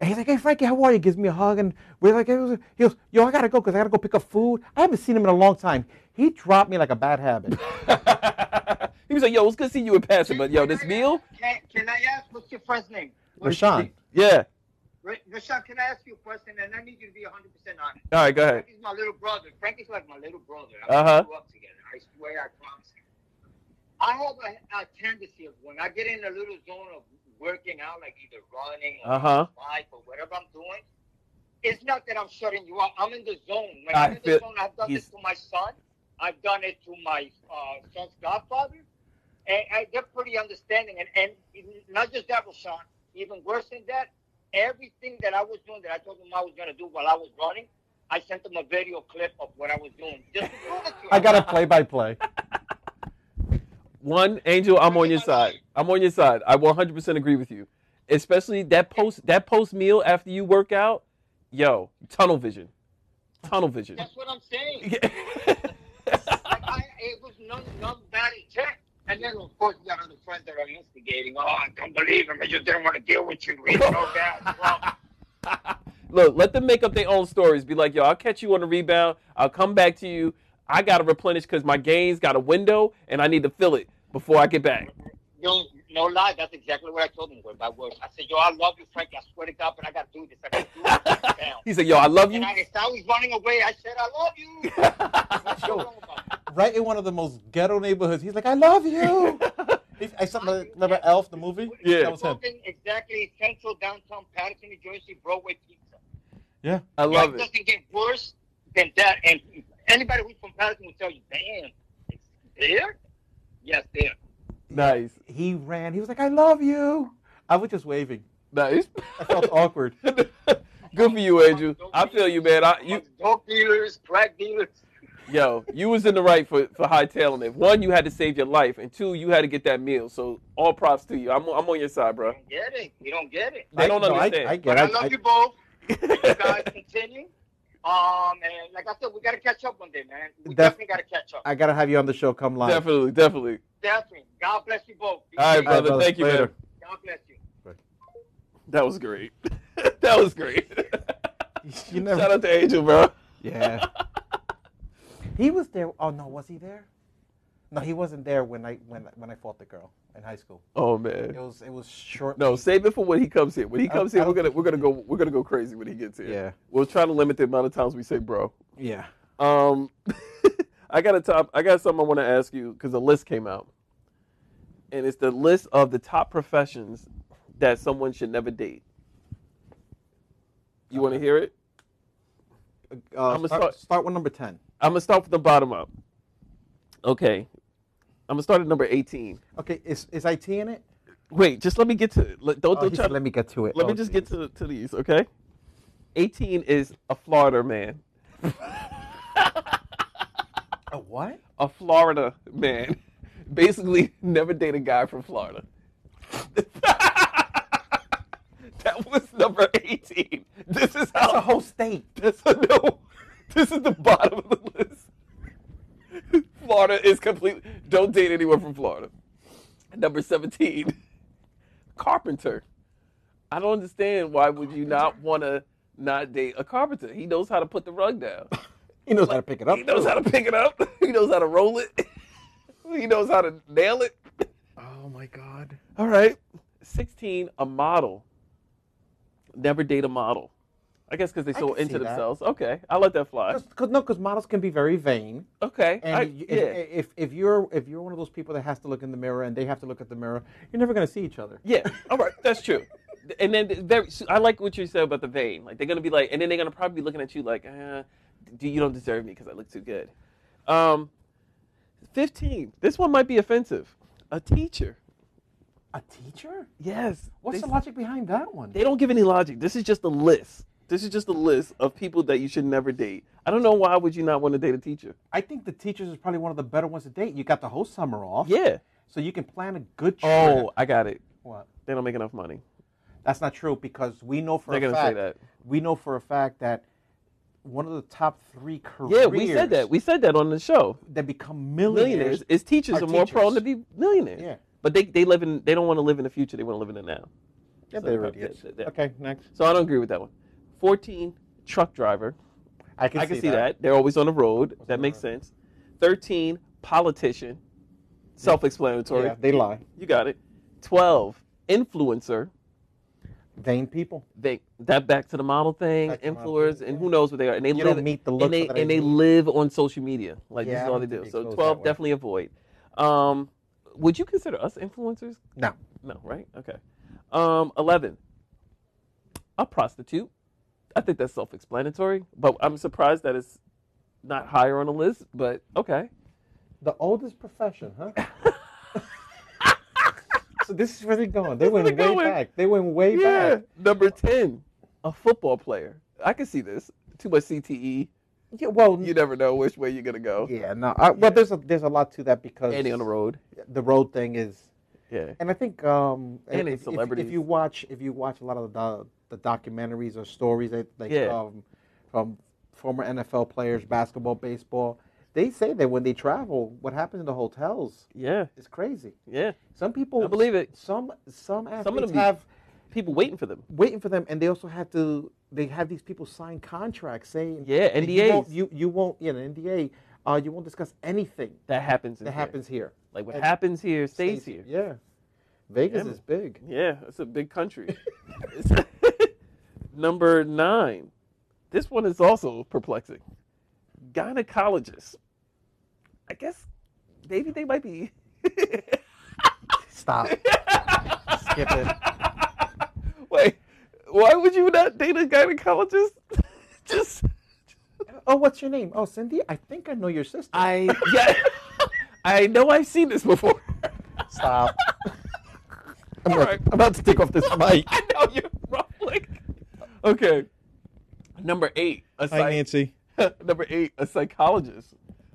B: And he's like, "Hey Frankie, how are you?" Gives me a hug, and we're like, hey, what's up?" "He goes, yo, I gotta go because I gotta go pick up food. I haven't seen him in a long time. He dropped me like a bad *laughs* habit."
A: *laughs* he was like, "Yo, it's good to see you in passing, but yo, this meal,
H: Can, can I ask what's your friend's name? What's his
B: Rashawn.
H: name?
A: yeah."
H: Ra- Rashawn, can I ask you a question? And I need you to be 100% honest.
A: All right, go ahead.
H: Frankie's my little brother. Frankie's like my little brother. I
A: Uh-huh.
H: grew up together. I swear, I promise you. I have a, a tendency of when I get in a little zone of working out, like either running or
A: Uh-huh.
H: bike or whatever I'm doing, it's not that I'm shutting you out. I'm in the zone. When
A: I
H: I am in
A: feel-
H: the zone, I've done
A: he's-
H: this to my son. I've done it to my uh, son's godfather. And, and they're pretty understanding. And, and not just that, Rashawn, even worse than that, everything that I was doing that I told them I was going to do while I was running, I sent them a video clip of what I was doing. Just to prove it to
B: I
H: them.
B: got a play by play.
A: One, Angel, I'm on your side. I'm on your side. I 100% agree with you. Especially that post that post meal after you work out, yo, tunnel vision, tunnel vision.
H: That's what I'm saying. like I, it was none, nobody check. And then, of course, you got other friends that are instigating. Oh, I can't believe him. I just didn't want to deal with you. We know that. Well,
A: *laughs* Look, let them make up their own stories. Be like, yo, I'll catch you on the rebound. I'll come back to you. I gotta replenish because my gains got a window and I need to fill it before I get back.
H: you, no lie, that's exactly what I told him. Word by word, I said, "Yo, I love you, Frankie. I swear to God, but I gotta do this. I gotta do this down."
A: He said, "Yo, I love you."
H: And I, as I was running away, I said, "I love you." What's so wrong about it?
B: *laughs* Right in one of the most ghetto neighborhoods. He's like, I love *laughs* you. He's- I saw the, remember Elf, the movie?
A: Yeah.
B: That was him.
H: Talking exactly central downtown Patterson, New Jersey, Broadway Pizza.
B: Yeah.
A: I love
H: Life
A: it.
H: doesn't get worse than that. And anybody who's from Patterson will tell you, damn, it's there? Yes, there.
A: Nice,
B: He ran. He was like, I love you. I was just waving.
A: nice. *laughs*
B: I felt *laughs* awkward.
A: Good for you, Andrew. I feel you, man. I, you,
H: Drug dealers, crack dealers.
A: yo, you was in the right for for hightailing it. One, you had to save your life, and two, you had to get that meal. So all props to you. I'm I'm on your side, bro.
H: You don't get it. You don't get it.
A: They don't
B: no,
A: understand.
B: I, I get
H: But
B: it.
H: I love you both. And you guys *laughs* continue. Um, and like I said, we got to catch up one day, man. We
B: Def-
H: definitely got to catch up.
B: I gotta have you on the show. Come
A: *laughs*
B: live.
A: Definitely, definitely.
H: Definitely. God bless you both. Be
A: All right,
H: safe.
A: brother.
B: brother.
A: Thank you, man.
B: Later.
H: God bless you.
A: That was great. *laughs* that was great.
B: *laughs* You never-
A: Shout out to Angel, bro.
B: Yeah. *laughs* he was there. Oh no, was he there? No, he wasn't there when I when when I fought the girl in high school.
A: Oh
B: It
A: man.
B: was it was short.
A: No, save it for when he comes here. When he comes here,
B: I
A: we're
B: don't
A: gonna we're gonna go we're gonna go crazy when he gets here.
B: Yeah.
A: We'll try to limit the amount of times we say bro.
B: Yeah.
A: Um, I got a top. I got something I want to ask you because the list came out, and it's the list of the top professions that someone should never date. You want to hear it?
B: Uh,
A: I'ma
B: start,
A: start-
B: start, with number ten.
A: I'm gonna start from the bottom up. Okay, I'm gonna start at number 18.
B: Okay, is is IT in it?
A: Wait, just let me get to. Let, don't
B: Oh,
A: don't
B: he
A: try,
B: said, let me get to it.
A: Let me
B: Oh,
A: just get to, to these, okay? 18 is a Florida man.
B: A what?
A: A Florida man. *laughs* Basically, never date a guy from Florida. *laughs* that was number 18. This is
B: That's
A: how.
B: a whole state.
A: This, *laughs* no, this is the bottom of the list. *laughs* Florida is complete. Don't date anyone from Florida. Number 17, carpenter. I don't understand why would you not want to not date a carpenter? He knows how to put the rug down.
B: He knows how to pick it up.
A: He knows how to pick it up. *laughs* He knows how to roll it. *laughs* He knows how to nail it.
I: Oh my god.
A: All right. 16, a model. Never date a model. I guess because they're so
B: can see
A: into
B: that.
A: themselves. Okay. I let that fly.
B: Cause, 'cause- no, because models can be very vain.
A: Okay.
B: And
A: I-
B: you-
A: yeah.
B: if, if if you're if you're one of those people that has to look in the mirror and they have to look at the mirror, you're never gonna see each other.
A: yeah. All right. That's true. *laughs* And then very, so I like what you said about the vein. Like they're gonna be like, and then they're gonna probably be looking at you like, uh, do you don't deserve me because I look too good. Um, fifteen. This one might be offensive. A teacher.
B: A teacher?
A: Yes.
B: What's
A: They-
B: the logic behind that one?
A: They don't give any logic. This is just a list. This is just a list of people that you should never date. I don't know why would you not want to date a teacher.
B: I think the teachers is probably one of the better ones to date. You got the whole summer off.
A: Yeah.
B: So you can plan a good trip.
A: Oh, I got it.
B: What?
A: They don't make enough money.
B: That's not true because we know for
A: They're
B: a
A: gonna
B: fact
A: say that.
B: we know for a fact that one of the top three careers
A: Yeah, we said that. We said that on the show.
B: that become millionaires.
A: millionaires is teachers
B: are
A: are more prone
B: teachers.
A: to be millionaires.
B: Yeah.
A: But they, they live in they don't want to live in the future. They want to live in the now. So
B: Yeah, they
A: that-
B: already
A: that-
B: is.
A: that- that-
B: Okay, next.
A: So I don't agree with that one. Fourteen truck driver.
B: I can,
A: I can see, that. They're always on the road. that makes sense. Thirteen politician. Self-explanatory.
B: Yeah, they lie.
A: You got it. Twelve influencer.
B: Vain people.
A: They that back to the model thing,
B: Back to the model
A: influencers,
B: thing,
A: and
B: yeah.
A: who knows what they are. And they
B: You
A: live
B: don't meet the looks
A: and they,
B: that I
A: and they
B: need.
A: live on social media. Like
B: Yeah,
A: this
B: I
A: is all
B: don't
A: they do.
B: think they
A: So
B: close
A: twelve
B: that way.
A: definitely avoid. Um, would you consider us influencers?
B: No.
A: No, right? Okay. Um, 11. A prostitute. I think that's self explanatory, but I'm surprised that it's not higher on the list, but okay.
B: The oldest profession,
A: *laughs*
B: huh? so this is where they're going. They went
A: where
B: way
A: they're going.
B: back. They went way
A: Yeah.
B: back.
A: Number 10. A football player. I can see this. Too much E. CTE.
B: Yeah, well,
A: You never know which way you're going to go.
B: yeah, no. I, well, there's a there's a lot to that because
A: And they on the road.
B: the road thing is
A: Yeah.
B: and I think um,
A: And
B: if-
A: it's
B: if- if,
A: celebrities.
B: you watch if you watch a lot of the the documentaries or stories that like
A: Yeah.
B: um, from former NFL players, basketball, baseball, they say that when they travel, what happens in the hotels
A: Yeah.
B: is crazy.
A: Yeah.
B: Some people
A: I believe it.
B: Some some athletes
A: Some of them
B: have
A: have people waiting for them.
B: waiting for them, and they also have to they have these people sign contracts saying
A: Yeah,
B: that you
A: NDAs.
B: won't, you you won't you know NDA uh, you won't discuss anything
A: That happens. in
B: that
A: here.
B: happens here.
A: Like what
B: And
A: happens here stays
B: stays-
A: here.
B: Yeah. Vegas
A: Yeah.
B: is big.
A: Yeah, it's a big *laughs* country. Number nine. This one is also perplexing. Gynecologists. I guess maybe they might be. *laughs*
B: *laughs*
J: Stop. Skip it.
A: Wait, why would you not date a gynecologist? *laughs* Just
J: Oh, what's your name? Oh, Cindy. I think I know your sister.
A: I yeah. *laughs* I know I've seen this before. *laughs*
J: Stop.
B: I'm, about, I'm about to take off this mic.
A: *laughs* I know you're wrong. Like, okay. Number eight. A
K: Hi, Nancy.
A: *laughs* Number eight, a psychologist.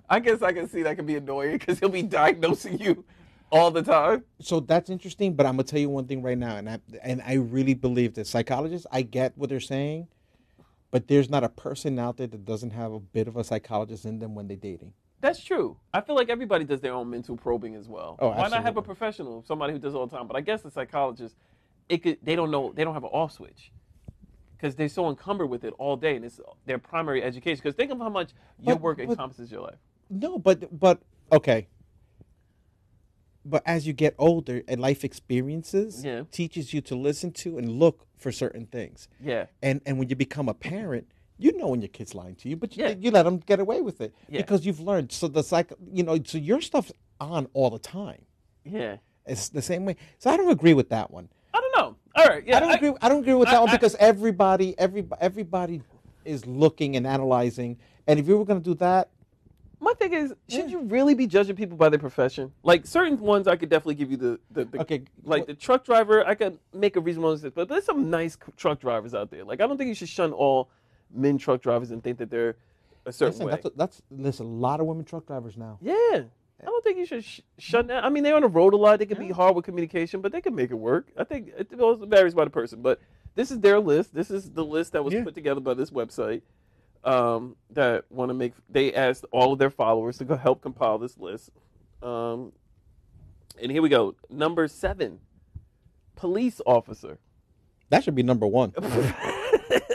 A: I guess I can see that can be annoying because he'll be diagnosing you all the time.
B: so that's interesting but i'm gonna tell you one thing right now and i and i really believe that psychologists i get what they're saying but there's not a person out there that doesn't have a bit of a psychologist in them when they're dating
A: That's true. I feel like everybody does their own mental probing as well.
B: Oh,
A: Why not have a
B: absolutely.
A: professional, somebody who does all the time? But I guess the psychologist, it could they don't know they don't have an off switch because they're so encumbered with it all day, and it's their primary education. Because think of how much your
B: But-
A: work
B: but-
A: encompasses your life.
B: no but but okay but as you get older and life experiences
A: Yeah.
B: teaches you to listen to and look for certain things
A: Yeah.
B: and and when you become a parent you know when your kid's lying to you but you,
A: Yeah.
B: you let them get away with it
A: Yeah.
B: because you've learned so the psych you know so your stuff's on all the time
A: Yeah.
B: It's the same way. So I don't agree with that one.
A: I don't know. All right. Yeah.
B: I don't agree. I don't agree with
A: I-
B: that one
A: I-
B: because everybody, every everybody, is looking and analyzing. And if you were going to do that,
A: My thing is, should you really be judging people by their profession? Like certain ones, I could definitely give you the the, the
B: Okay,
A: like
B: wh-
A: the truck driver. I could make a reasonable instance, but there's some nice c- truck drivers out there. Like I don't think you should shun all men truck drivers and think that they're a certain
B: listen,
A: way.
B: that's a, that's there's a lot of women truck drivers now.
A: yeah, I don't think you should sh- shun that. I mean, they're on the road a lot. They can be hard with communication, but they can make it work. I think it also varies by the person. But this is their list. This is the list that was put together by this website um, that want to make. They asked all of their followers to go help compile this list. Um, and here we go. Number seven, police officer. *laughs*
B: That should be number one.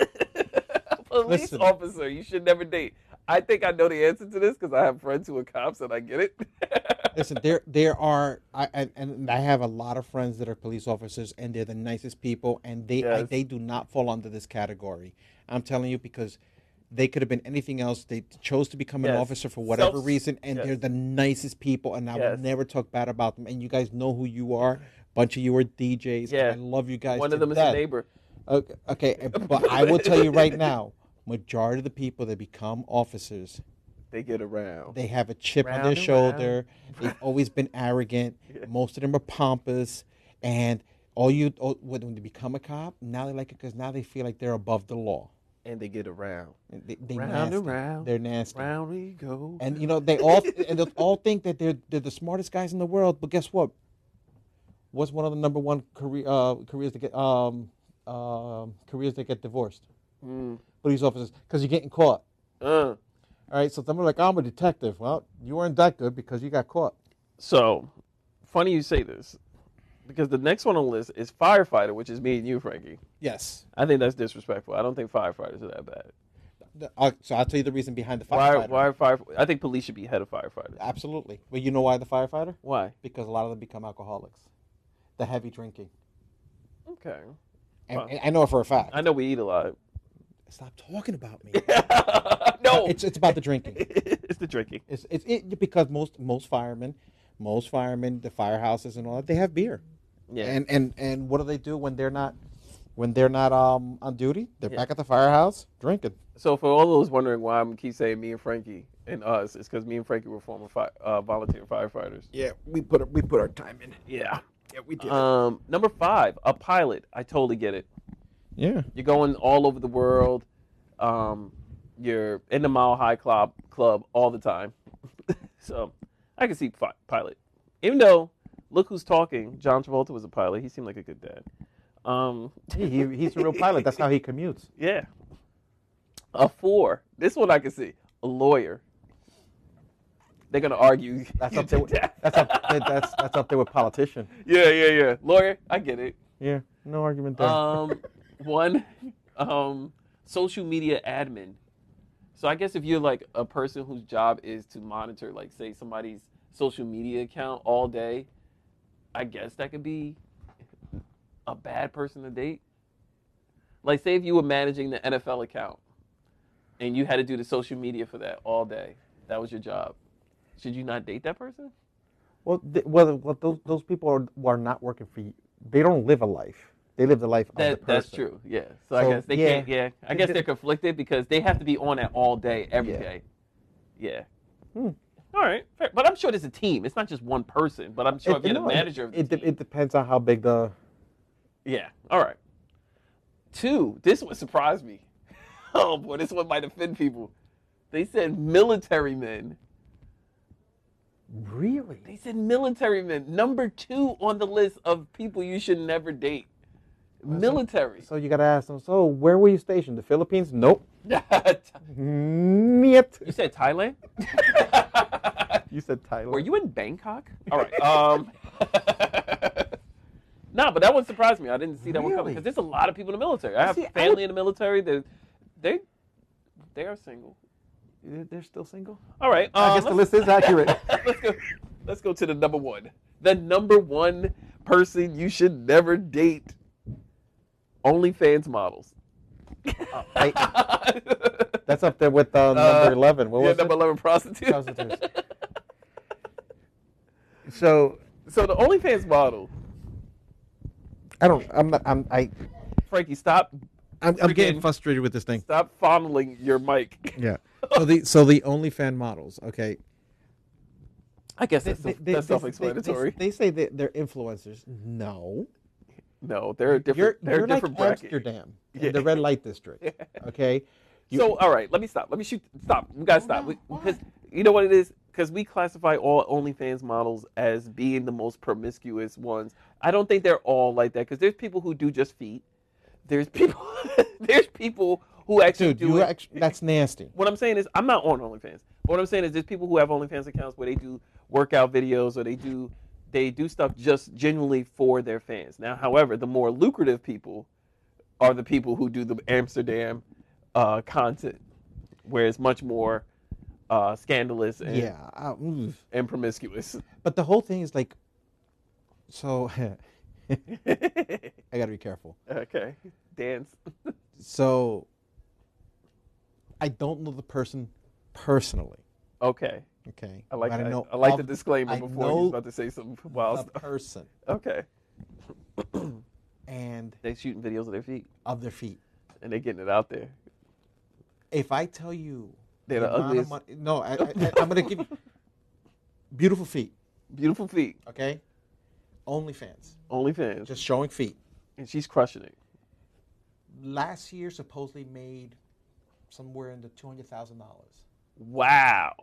A: police
B: Listen.
A: officer, you should never date. I think I know the answer to this because I have friends who are cops and I get it. *laughs*
B: listen, there there are, I, and, and I have a lot of friends that are police officers, and they're the nicest people, and they I,
A: Yes.
B: they do not fall under this category. I'm telling you because. They could have been anything else. They chose to become an
A: Yes.
B: officer for whatever
A: Self-
B: reason, and
A: yes.
B: they're the nicest people. And I
A: Yes.
B: will never talk bad about them. And you guys know who you are. Bunch of you are DJs. and
A: Yeah.
B: I love you guys.
A: One
B: to
A: of them is
B: death.
A: a neighbor.
B: Okay, okay, and- but I will tell you right now, majority of the people that become officers,
A: They get around.
B: they have a chip on
J: Round
B: their
J: and
B: shoulder. They've always been arrogant. Most of them are pompous, and all you all, when when they become a cop, now they like it because now they feel like they're above the law.
A: And they get around.
B: And They, they
A: Round
B: nasty.
A: and round,
B: They're nasty.
A: Round we go.
B: And you know they all and they all think that they're they're the smartest guys in the world. But guess what? What's one of the number one career uh, careers that get um, um careers that get divorced? Police officers, because you're getting caught.
A: Uh,
B: All right, so someone like I'm a detective. Well, you weren't that good because you got caught.
A: so, funny you say this because the next one on the list is firefighter, which is me and you, Frankie.
B: Yes.
A: I think that's disrespectful. I don't think firefighters are that bad.
B: I'll, so I'll tell you the reason behind the
A: Why?
B: firefighter.
A: Why are fire? I think police should be head of firefighters.
B: Absolutely. Well, you know why the firefighter?
A: Why?
B: Because a lot of them become alcoholics, the heavy drinking.
A: Okay.
B: And, and I know it for a fact.
A: I know we eat a lot. *laughs*
B: Stop talking about
J: *laughs*
B: me.
A: no,
B: *laughs* it's it's about the drinking.
A: *laughs* it's the drinking.
B: It's it's it, because most most firemen, most firemen, the firehouses and all that, they have beer.
A: Yeah.
B: And and and what do they do when they're not when they're not um on duty? They're
A: Yeah.
B: back at the firehouse drinking.
A: So for all those wondering why I'm keep saying me and Frankie and us, it's because me and Frankie were former fi- uh, volunteer firefighters.
K: Yeah, we put we put our time in.
A: Yeah.
K: Yeah, we did.
A: Um, number five, a pilot. I totally get it.
B: Yeah.
A: You're going all over the world. Um, you're in the Mile High Club club all the time. *laughs* so I can see fi- pilot. Even though, look who's talking. John Travolta was a pilot. He seemed like a good dad. Um,
J: He, he- he's a real pilot. That's how he commutes.
A: yeah. A four. This one I can see. A lawyer. They're gonna argue. *laughs*
J: That's
A: You
B: *laughs*
J: up there.
A: did
J: With,
A: that.
J: that's up. that- That's that's up there with politician.
A: Yeah, yeah, yeah. Lawyer, I get it.
J: Yeah, no argument there.
A: Um, one, um, social media admin. So I guess if you're like a person whose job is to monitor, like say somebody's social media account all day, I guess that could be a bad person to date? Like, say if you were managing the NFL account and you had to do the social media for that all day, that was your job. Should you not date that person?
B: Well, th- well, well those, those people are, who are not working for you. They don't live a life. They live the life of the
A: That,
B: person.
A: that's true. Yeah. So, I
B: So,
A: guess they
B: yeah.
A: can't. Yeah. I guess they're conflicted because they have to be on it all day, every
B: Yeah. Hmm.
A: day. Yeah. All right. Fair. But I'm sure there's a team. It's not just one person. But I'm sure if you're
B: no,
A: the manager of the
B: it,
A: team,
B: de- it depends on how big the.
A: Yeah. All right. Two. This one surprised me. *laughs* Oh boy, this one might offend people. They said military men.
B: Really?
A: They said military men. Number two on the list of people you should never date. Military. *laughs*
B: So you gotta ask them. So where were you stationed? The Philippines? Nope.
A: you *laughs*
B: Niet.
A: said Thailand?
B: You said Thailand.
A: Were you in Bangkok? All right. Um, *laughs* nah, but that one surprised me. I didn't see that one coming
B: Really?
A: because there's a lot of people in the military. I have
B: See, I
A: family
B: don't-
A: in the military. They, they, they are single.
B: They're still single.
A: All right.
B: I
A: um,
B: guess the
A: let's-
B: list
A: *laughs*
B: is accurate.
A: let's go. Let's go to the number one. The number one person you should never date. OnlyFans models. *laughs*
B: I-
A: yeah,
B: that's up there with uh, number eleven. What was *laughs*
A: number
B: it?
A: eleven prostitutes.
B: Prostitutes. So
A: So the OnlyFans model,
B: I don't. I'm not. I'm. I.
A: Frankie, stop,
G: I'm, I'm getting
A: Freaking-
G: frustrated with this thing.
A: stop fondling your mic.
G: Yeah. So the so the OnlyFans models. Okay.
A: I guess that's,
G: They-
A: self-
G: they-
A: that's
G: they- they-
A: self-explanatory.
G: They, they say that they're influencers. No.
A: no, they're a
G: You're
A: different. they're
G: you're
A: a different
G: like
A: bracket.
G: Amsterdam in the red
A: *laughs*
G: light district. Okay. You-
A: so all right, let me stop. Let me shoot. Stop. We gotta stop. Because you know what it is. Because we classify all OnlyFans models as being the most promiscuous ones. I don't think they're all like that. Because there's people who do just feet. There's people. *laughs* there's people who actually
G: dude,
A: do
G: you
A: it.
G: actually, that's nasty.
A: what I'm saying is I'm not on OnlyFans. But what I'm saying is there's people who have OnlyFans accounts where they do workout videos or they do they do stuff just genuinely for their fans. Now, however, the more lucrative people are the people who do the Amsterdam uh, content, where it's much more uh, scandalous and,
G: Yeah. I- oof.
A: and *laughs* promiscuous.
G: But the whole thing is like, so *laughs* I got to be careful.
A: okay, dance.
G: So I don't know the person personally.
A: Okay,
G: Okay.
A: I like
G: But
A: that.
G: know
A: I like
G: of-
A: the disclaimer
G: I
A: before
G: know
A: he's about to say some wild
G: the
A: stuff.
G: person
A: Okay,
G: and
A: they shooting videos of their feet
G: of their feet.
A: and they getting it out there.
G: If I tell you,
A: They're the
G: amount of
A: ugliest.
G: mon- no, I, I, I'm gonna
A: *laughs*
G: give you beautiful feet.
A: Beautiful feet,
G: Okay, OnlyFans,
A: OnlyFans.
G: just showing feet.
A: and she's crushing it.
G: Last year, supposedly made somewhere in the two hundred thousand dollars.
A: Wow.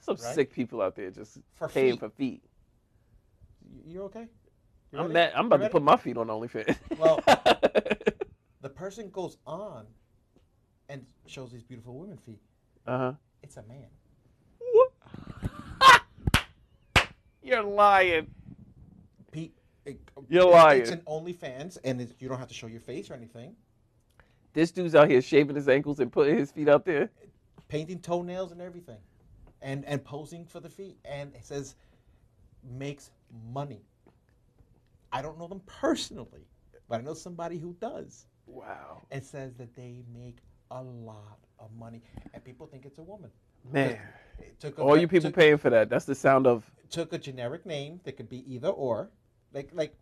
A: Some
G: Right?
A: sick people out there just
G: For
A: paying
G: feet.
A: for feet.
G: You okay? You
A: I'm
G: ready?
A: mad. I'm about
G: You
A: to put my feet on OnlyFans.
G: Well- *laughs* The person goes on and shows these beautiful women feet.
A: *laughs* uh-huh.
G: It's a man.
A: You're lying.
G: Pete, it-
A: You're
G: It's
A: lying.
G: an OnlyFans, and it's, you don't have to show your face or anything.
A: This dude's out here shaving his ankles and putting his feet out there.
G: Painting toenails and everything, and and posing for the feet, and it says makes money. I don't know them personally, but I know somebody who does.
A: Wow.
G: It says that they make a lot of money, and people think it's a woman.
A: Man.
G: It took a-
A: All you people
G: took-
A: paying for that. That's the sound of
G: took a generic name that could be either or. Like like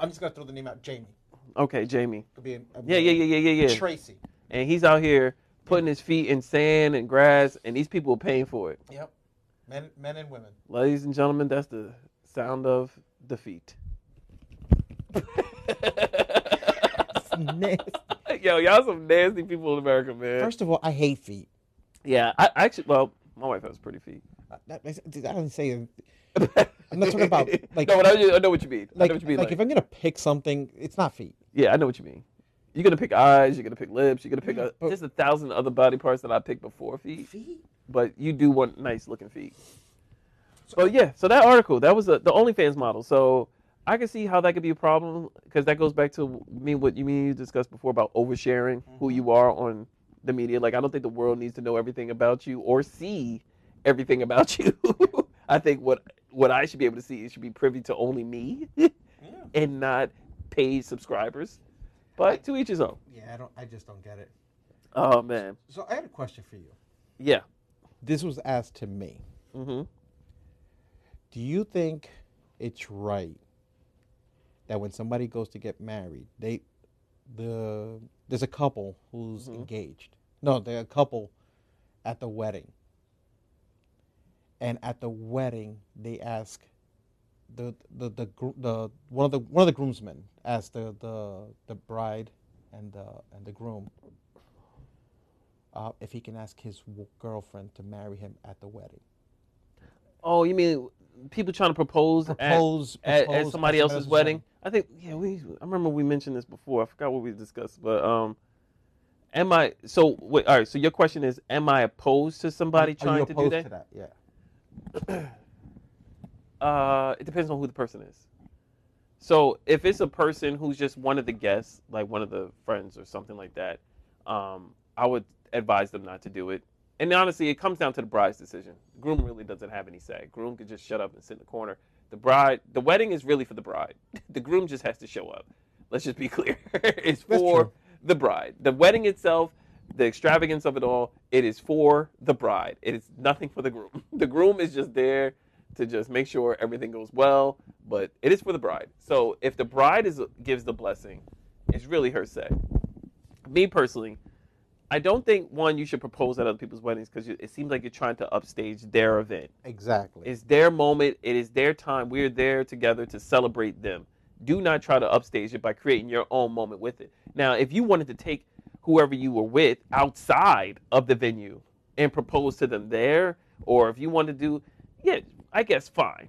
G: I'm just gonna throw the name out, Jamie.
A: okay, Jamie.
G: Could be a, a
A: Yeah, yeah, yeah, yeah, yeah, yeah.
G: Tracy.
A: And he's out here putting his feet in sand and grass and these people are paying for it.
G: Yep. Men men
A: *laughs*
G: and women.
A: Ladies and gentlemen, that's the sound of defeat. *laughs* Yo, y'all some nasty people in America, man.
G: First of all, I hate feet.
A: yeah, I, I actually, well, my wife has pretty feet.
G: I- Uh, That, I don't say. I'm not
A: *laughs*
G: talking about like
A: no, but I, I know what you mean. I
G: like,
A: know what you mean.
G: like
A: Like,
G: if I'm gonna pick something, it's not feet.
A: yeah, I know what you mean. You're gonna pick eyes. You're gonna pick lips. You're gonna pick a,
G: but-
A: there's a thousand other body parts that I picked before feet.
G: Feet.
A: but you do want nice looking feet. So yeah, so that article that was the the OnlyFans model. So I can see how that could be a problem because that goes back to me what you mean you discussed before about oversharing
G: Mm-hmm.
A: who you are on the media. Like I don't think the world needs to know everything about you or see everything *laughs* about you. I think what what I should be able to see is should be privy to only me and not paid subscribers. But to each his own.
G: Yeah, I don't. I just don't get it.
A: Oh man,
G: So I had a question for you.
A: yeah.
G: This was asked to me. Do you think it's right that when somebody goes to get married, they the there's a couple who's engaged. No, they're a couple at the wedding. And at the wedding, they ask the the the, gr- the one of the one of the groomsmen asks the the the bride and the and the groom uh, if he can ask his w- girlfriend to marry him at the wedding.
A: Oh, you mean people trying to propose, at-
G: Propose-
A: at, at,
G: propose
A: somebody
G: at
A: else's
G: somebody's
A: wedding? I think yeah, we. I remember we mentioned this before. I forgot what we discussed, but um, am I? So wait, all right. So your question is, am I opposed to somebody
G: Are
A: trying
G: you
A: to do
G: opposed
A: that?
G: to that? Yeah.
A: Uh, it depends on who the person is. So if it's a person who's just one of the guests, like one of the friends or something like that, um, I would advise them not to do it. And honestly, it comes down to the bride's decision. Groom really doesn't have any say. Groom could just shut up and sit in the corner. The bride, the wedding is really for the bride. *laughs* The groom just has to show up. Let's just be *laughs* clear. it's for
G: true.
A: the bride. The wedding itself, the extravagance of it all, it is for the bride. It is nothing for the groom. *laughs* The groom is just there to just make sure everything goes well, but it is for the bride. So if the bride is gives the blessing, it's really her say. Me personally, I don't think one you should propose at other people's weddings because it seems like you're trying to upstage their event.
G: Exactly.
A: It's their moment. It is their time. We're there together to celebrate them. Do not try to upstage it by creating your own moment with it. Now, if you wanted to take whoever you were with outside of the venue and propose to them there, or if you want to do, yeah, I guess fine.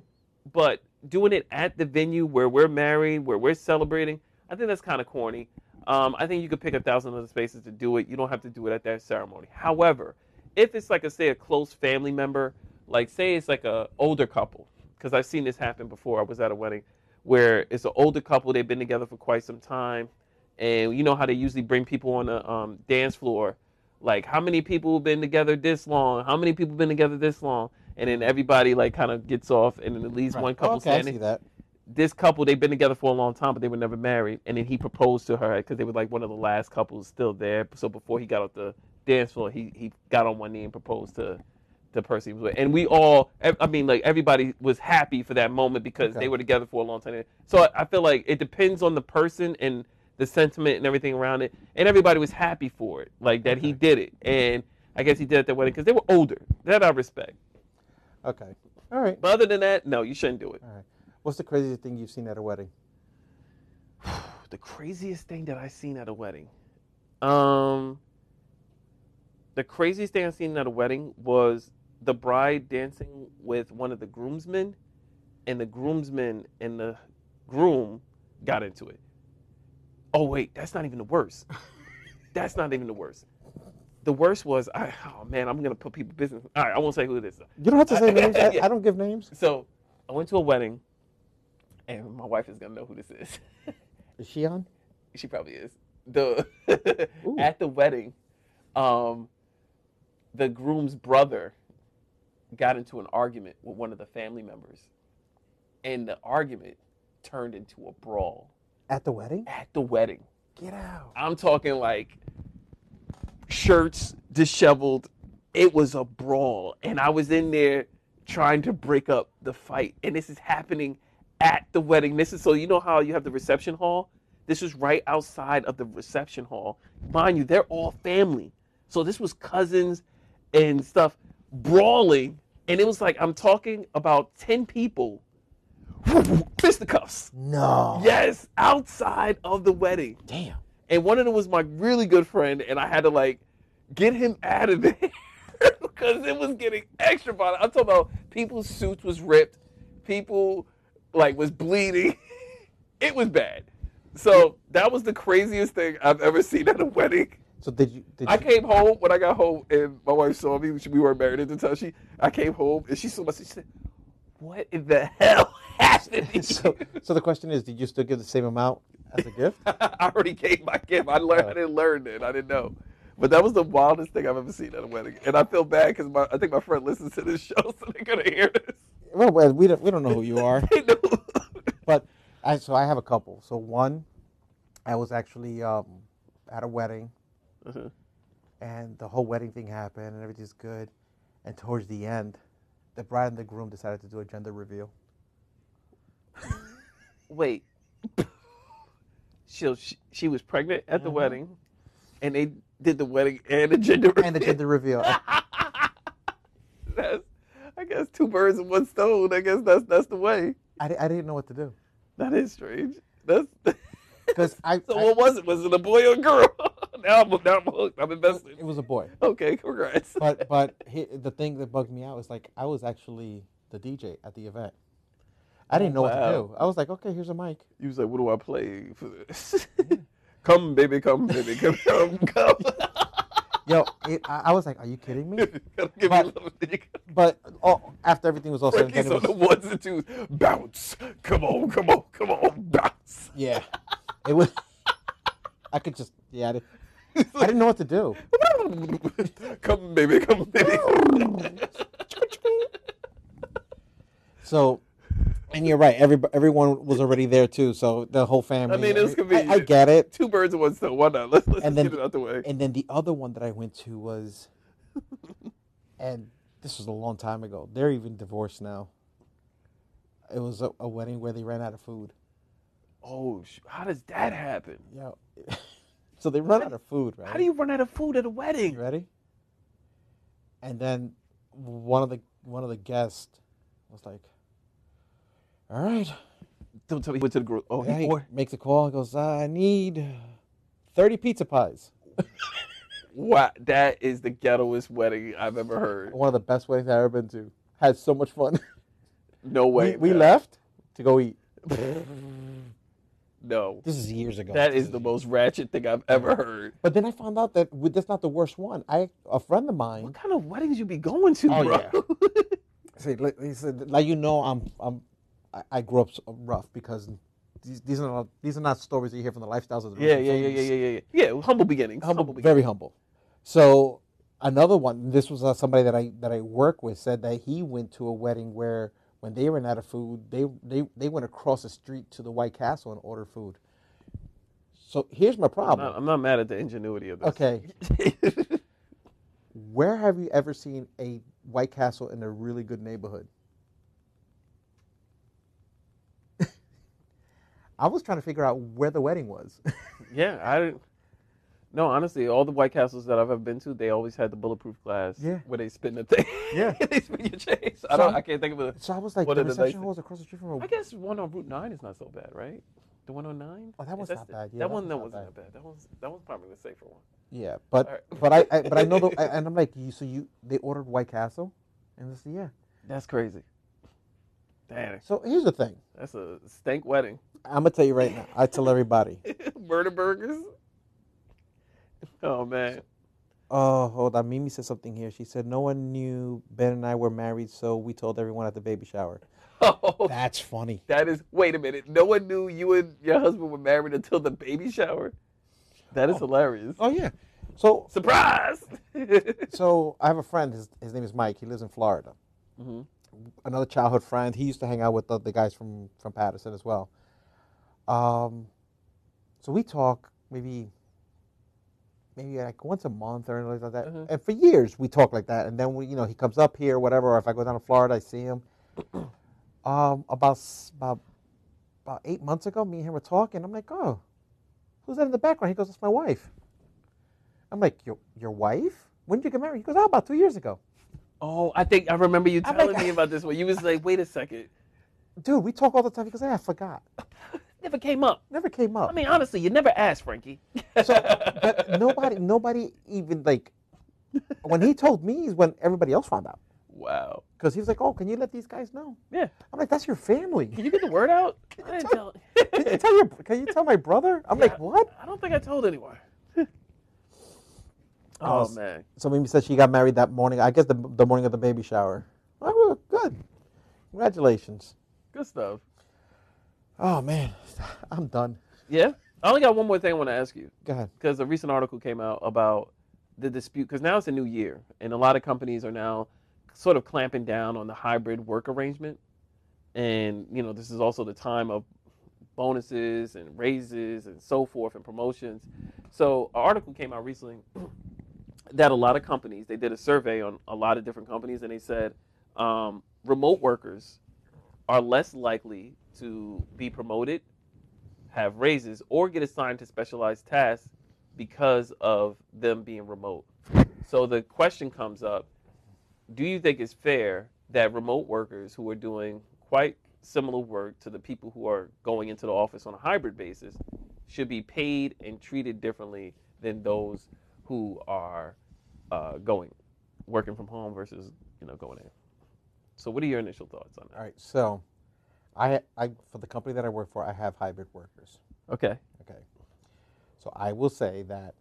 A: But doing it at the venue where we're married, where we're celebrating, I think that's kind of corny. Um, I think you could pick a thousand other spaces to do it. You don't have to do it at that ceremony. However, if it's like a say a close family member, like say it's like a older couple, because I've seen this happen before. I was at a wedding where it's an older couple. They've been together for quite some time, and you know how they usually bring people on the um, dance floor, like how many people have been together this long? How many people been together this long? And then everybody like kind of gets off, and then at least one couple
G: Oh, okay, I
A: standing
G: see that.
A: this couple they've been together for a long time, but they were never married. And then he proposed to her because they were like one of the last couples still there. So before he got off the dance floor, he he got on one knee and proposed to the person he was with. And we all, ev- I mean, like everybody was happy for that moment because they were together for a long time. So I, I feel like it depends on the person and the sentiment and everything around it. And everybody was happy for it, like that he did it. And I guess he did it at that wedding because they were older. That I respect.
G: Okay. All right.
A: But other than that, no, you shouldn't do it.
G: All right. What's the craziest thing you've seen at a wedding?
A: the craziest thing that I seen at a wedding. Um the craziest thing I seen at a wedding was the bride dancing with one of the groomsmen and the groomsmen and the groom got into it. Oh wait, that's not even the worst. that's not even the worst. The worst was I oh man, I'm gonna put people business. All right, I won't say who this is.
G: You don't
A: *laughs*
G: have to say names. I,
A: Yeah.
G: I don't give names.
A: So I went to a wedding and my wife is gonna know who this is. *laughs*
G: Is she on?
A: She probably is. The *laughs* at the wedding, um, the groom's brother got into an argument with one of the family members, and the argument turned into a brawl
G: At the wedding?
A: at the wedding.
G: Get out.
A: I'm talking like shirts disheveled. It was a brawl, and I was in there trying to break up the fight. And this is happening at the wedding. This is so you know how you have the reception hall. This was right outside of the reception hall. Mind you, they're all family. So this was cousins and stuff brawling. And it was like I'm talking about 10 people. Fisticuffs.
G: No.
A: Yes, outside of the wedding.
G: Damn.
A: And one of them was my really good friend, and I had to like get him out of *laughs* there because it was getting extra violent. I'm talking about people's suits was ripped, people like was bleeding. *laughs* it was bad. So that was the craziest thing I've ever seen at a wedding.
G: So did you? Did
A: I
G: you
A: came home when I got home, and my wife saw me. She- We weren't married at the time. She, I came home, and she saw my. She said, "What in the hell *laughs* happened?" to
G: *laughs* so,
A: you?"
G: so the question is, did you still give the same amount as
A: *laughs*
G: a gift?
A: I already gave my gift. I learned. I didn't learn it. I didn't know. But that was the wildest thing I've ever seen at a wedding, and I feel bad because my I think my friend listens to *laughs* this *laughs* show, so they're gonna hear this.
G: well, well, we don't we don't know who you are,
A: They know.
G: but
B: I, so I have a couple. So one, I was actually um, at a wedding,
A: Mm-hmm.
B: and the whole wedding thing happened, and everything's good. And towards the end, the bride and the groom decided to do a gender reveal.
A: Wait. She, she she was pregnant at the wedding, and they did the wedding and the gender
B: And the gender reveal.
A: *laughs* that's, I guess two birds in one stone. I guess that's that's the way.
B: I, di- I didn't know what to do
A: That is strange. That's *laughs*
B: because I,
A: so.
B: I-
A: what was it? Was it a boy or a girl? *laughs* now I'm now I'm hooked. I'm invested.
B: it was a boy.
A: Okay, congrats.
B: But but he, the thing that bugged me out was like I was actually the DJ at the event. I didn't know what
A: wow.
B: to do. I was like, okay, here's a mic.
A: You was like, what do I
B: *laughs*
A: play for this? *laughs* come, baby, come, baby, come,
B: *laughs*
A: come, come. *laughs*
B: Yo, it, I, I was like, are you kidding me?
A: Gotta give me
B: But-
A: love. Then you gotta-
B: But all, after everything was all said and done,
A: Frankie's
B: it
A: on
B: was,
A: the ones and twos. Bounce. Come on, come on, come on, bounce.
B: yeah, it was. *laughs* I could just yeah, I didn't, I didn't know what to do.
A: *laughs* come, baby, come,
B: *laughs*
A: baby.
B: So, and you're right. Every everyone was already there too, so the whole family.
A: mean, it's
B: I, I
A: convenient.
B: get it.
A: Two birds in one stone. Why not? Let's, let's just
B: And then-
A: get it out the way.
B: And then the other one that I went to was, and this was a long time ago. They're even divorced now. It was a, a wedding where they ran out of food.
A: Oh, sh- how does that happen?
B: Yeah. *laughs* so they run out of food, right?
A: How do you run out of food at a wedding?
B: You ready? And then one of the one of the guests was like, "All right."
A: Don't tell me he went to the group. Oh,
B: Yeah,
A: he
B: he
A: or
B: makes a call and goes, "I need thirty pizza pies."
A: Wow, that is the ghettoest wedding I've ever heard.
B: One of the best weddings I've ever been to. Had so much *laughs* fun.
A: No
B: we,
A: way.
B: we
A: man.
B: left to go *laughs* eat.
A: No.
B: This is years ago.
A: That is the most ratchet thing I've ever heard.
B: But then I found out that we- that's not the worst one. I a friend of mine.
A: What kind of weddings you be going to,
B: Oh,
A: bro?
B: See, like, he said, like you know, I'm, I'm, I- I grew up so rough because these, these are not, these are not stories that you hear from the lifestyles of
A: *laughs*
B: the rich
A: Yeah,
B: and
A: yeah, yeah, yeah,
B: famous.
A: yeah, yeah, yeah. Yeah, humble beginnings. Humble,
B: Humble,
A: beginnings.
B: very humble. So another one. This was uh, somebody that I that I work with said that he went to a wedding where when they ran out of food, they they they went across the street to the White Castle and ordered food. So here's my
A: I'm
B: problem.
A: not, I'm not mad at the ingenuity of this.
B: *laughs* Okay. Where have you ever seen a White Castle in a really good neighborhood? *laughs* I was trying to figure out where the wedding was.
A: *laughs*
B: *laughs*
A: Yeah, I didn't. No, honestly, all the White Castles that I've ever been to, they always had the bulletproof glass
B: Yeah.
A: where they spin the thing.
B: Yeah.
A: *laughs* they spin your change. I don't.
B: So-
A: I can't think of it.
B: so I was like,
A: What
B: the
A: are the nice-
B: reception hall was across the street from a.
A: I guess one on Route Nine is not so bad, right? The one on Nine.
B: Oh, that one's
A: That's
B: not
A: the-
B: bad.
A: that
B: Yeah, that
A: one
B: one's
A: that
B: not
A: wasn't that bad. That one's that one's probably the safer one.
B: Yeah, but
A: All right.
B: but I, I but I know the I- and I'm like, you, so you they ordered White Castle, and this yeah.
A: That's crazy. Damn,
B: So here's the thing.
A: that's a stank wedding.
B: I'm gonna tell you right now. I tell everybody.
A: *laughs* Murder burgers. Oh man. *laughs*
B: Oh, hold on. Mimi said something here. She said no one knew Ben and I were married, so we told everyone at the baby shower.
A: Oh,
B: That's funny.
A: that is. Wait a minute. No one knew you and your husband were married until the baby shower. That is hilarious.
B: Oh yeah. So
A: Surprise! *laughs*
B: so I have a friend. His his name is Mike. He lives in Florida. Another childhood friend. He used to hang out with the, the guys from from Patterson as well. Um, so we talk maybe maybe like once a month or anything like that. And for years we talk like that. And then we, you know, he comes up here, whatever. Or if I go down to Florida, I see him. um, about s- about about eight months ago, me and him were talking. I'm like, oh, who's that in the background? He goes, it's my wife. I'm like, your your wife? When did you get married? He goes, oh, about two years ago.
A: oh, I think I remember you
B: I'm
A: telling
B: like-
A: me about this one. You *laughs* was like, "Wait a second,
B: Dude, we talk all the time. He goes, yeah, I forgot. *laughs*
A: never came up."
B: Never came up.
A: I mean, honestly, you never asked, Frankie.
B: *laughs* so, but nobody, nobody even like when he told me is when everybody else found out
A: *laughs* Wow.
B: because he was like, oh, can you let these guys know?
A: Yeah.
B: I'm like, that's your family. *laughs*
A: Can you get the word *laughs* out? I didn't tell. *laughs*
B: Can you tell your, can you tell my brother? I'm like, what?
A: I don't think I told anyone.
B: Oh,
A: *laughs* oh
B: s-
A: man.
B: So Mimi said she got married that morning. I guess the the morning of the baby shower. Oh, good. Congratulations.
A: Good stuff.
B: Oh man, *laughs* I'm done.
A: Yeah. I only got one more thing I want to ask you.
B: Go ahead.
A: because a recent article came out about the dispute because now it's a new year and a lot of companies are now sort of clamping down on the hybrid work arrangement and you know this is also the time of bonuses and raises and so forth and promotions. So an article came out recently *clears throat* that a lot of companies they did a survey on a lot of different companies and they said um, remote workers are less likely to be promoted, have raises, or get assigned to specialized tasks because of them being remote. So the question comes up do you think it's fair that remote workers who are doing quite similar work to the people who are going into the office on a hybrid basis should be paid and treated differently than those who are uh, going working from home versus you know going in? So what are your initial thoughts on that?
B: All right, so I, I for the company that I work for, I have hybrid workers.
A: Okay.
B: Okay, so I will say that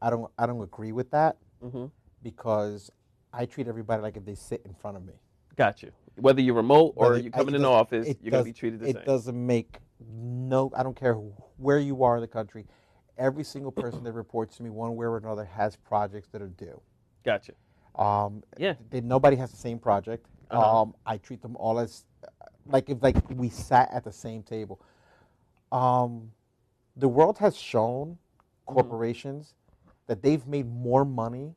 B: I don't I don't agree with that
A: Mhm.
B: because I treat everybody like if they sit in front of me.
A: Got you. Whether you're remote or
B: Whether-
A: you're
B: I-
A: coming
B: it
A: in the
B: does-
A: office,
B: it
A: you're going
B: does-
A: to be treated the
B: it
A: same.
B: doesn't make no. I don't care who, where you are in the country. Every single person that reports to me, one way or another, has projects that are due.
A: Gotcha.
B: Um,
A: Yeah.
B: *laughs* they- nobody has the same project. Um, I treat them all as like if like we sat at the same table. Um, the world has shown corporations that they've made more money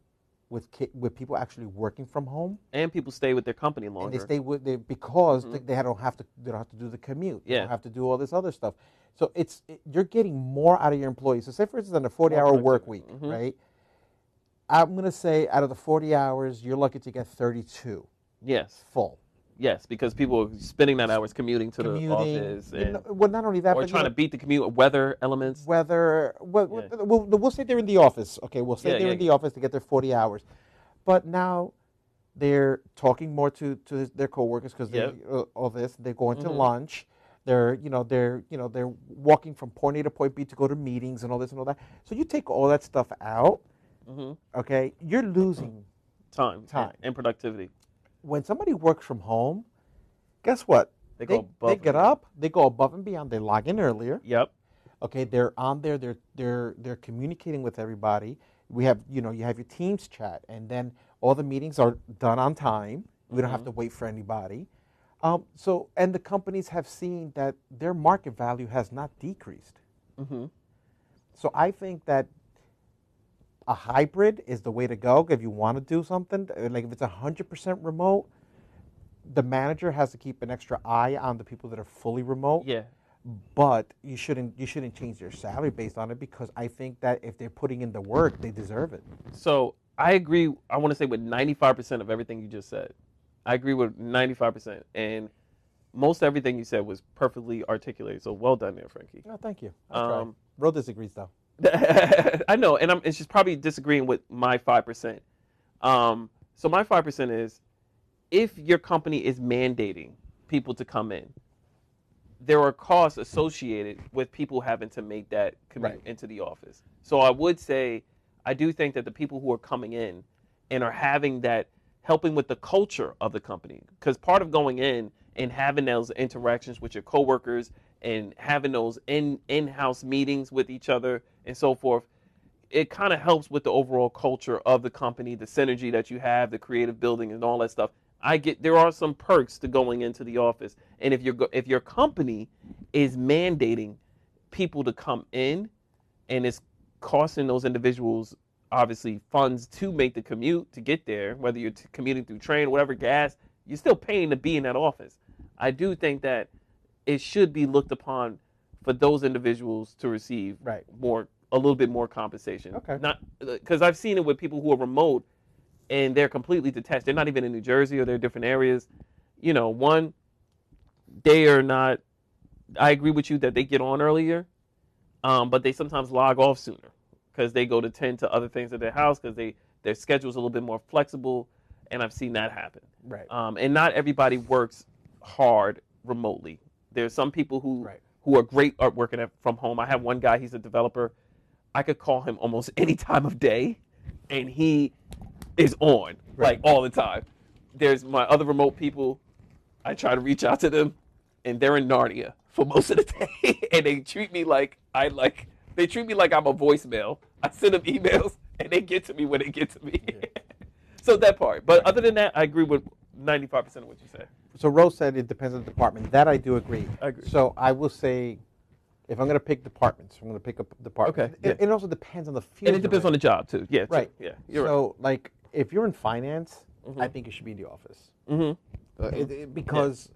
B: with ki- with people actually working from home,
A: And people stay with their company longer.
B: and they stay with they because they, they don't have to they don't have to do the commute. They
A: Yeah.
B: don't have to do all this other stuff. So it's it, you're getting more out of your employees. So say for instance, on a forty hour work week, right? I'm gonna say out of the forty hours, you're lucky to get thirty two
A: yes.
B: full.
A: Yes, because people are spending that hours commuting to the office
B: you
A: and,
B: know, well, not only that,
A: or
B: but you
A: trying
B: know,
A: to beat the commute weather elements.
B: whether well,
A: Yeah.
B: well, we'll we'll say they're in the office. Okay, we'll say
A: Yeah,
B: they're
A: yeah,
B: in the
A: yeah.
B: office to get their forty hours, but now they're talking more to to their coworkers because
A: Yep. Mm-hmm.
B: uh, all this. They're going to lunch. They're you know they're you know they're walking from point A to point B to go to meetings and all this and all that. So you take all that stuff out.
A: Mm-hmm.
B: Okay, you're losing
A: time,
B: Time.
A: and, and productivity.
B: when somebody works from home. Guess what?
A: They go above
B: they
A: and
B: get
A: beyond.
B: up. They go above and beyond. They log in earlier.
A: Yep.
B: okay they're on there they're they're they're communicating with everybody we have you know you have your teams chat and then all the meetings are done on time we don't have to wait for anybody um, so and the companies have seen that their market value has not decreased so i think that a hybrid is the way to go if you want to do something uh, like if it's 100% remote the manager has to keep an extra eye on the people that are fully remote
A: Yeah.
B: but you shouldn't you shouldn't change their salary based on it because I think that if they're putting in the work, they deserve it.
A: So I agree. I want to say with 95% of everything you just said. I agree with 95%. And most everything you said was perfectly articulated. So well done there, Frankie.
B: No, thank you.
A: I'll try. Um,
B: Ro disagrees though.
A: *laughs* I know, and I'm, and she's probably disagreeing with my five percent. Um, so my five percent is, if your company is mandating people to come in, there are costs associated with people having to make that commute into the office. So I would say, I do think that the people who are coming in and are having that helping with the culture of the company, because part of going in and having those interactions with your coworkers and having those in in-house meetings with each other and so forth, it kind of helps with the overall culture of the company, the synergy that you have, the creative building, and all that stuff. I get there are some perks to going into the office, and if your go- if your company is mandating people to come in, and it's costing those individuals obviously funds to make the commute to get there, whether you're t- commuting through train, whatever gas, you're still paying to be in that office. I do think that it should be looked upon for those individuals to receive
B: Right.
A: more a little bit more compensation.
B: Okay.
A: Not because I've seen it with people who are remote and they're completely detached. They're not even in New Jersey or they're different areas. You know, one they are not. I agree with you that they get on earlier, um, but they sometimes log off sooner because they go to tend to other things at their house because they their schedule's a little bit more flexible, and I've seen that happen.
B: Right.
A: Um, and not everybody works hard remotely. There's some people who
B: Right.
A: who are great at working at, from home. I have one guy; he's a developer. I could call him almost *laughs* any time of day, and he is on like all the time. There's my other remote people. I try to reach out to them, and they're in Narnia for most of the *laughs* day, and they treat me like I like. They treat me like I'm a voicemail. I send them emails, *laughs* and they get to me when they get to me. *laughs* so that part. But other than that, I agree with 95% of what you said.
B: So Ro said it depends on the department. That I do agree.
A: I agree.
B: So I will say
L: If I'm going to pick departments, I'm going to pick a p- department.
A: Okay,
L: It, it also depends on the field.
A: and it depends on the job too. Yeah, true.
L: Right.
A: Yeah, you're right. Mm-hmm.
L: so, like, if you're in finance, I think you should be in the office. Mm-hmm. because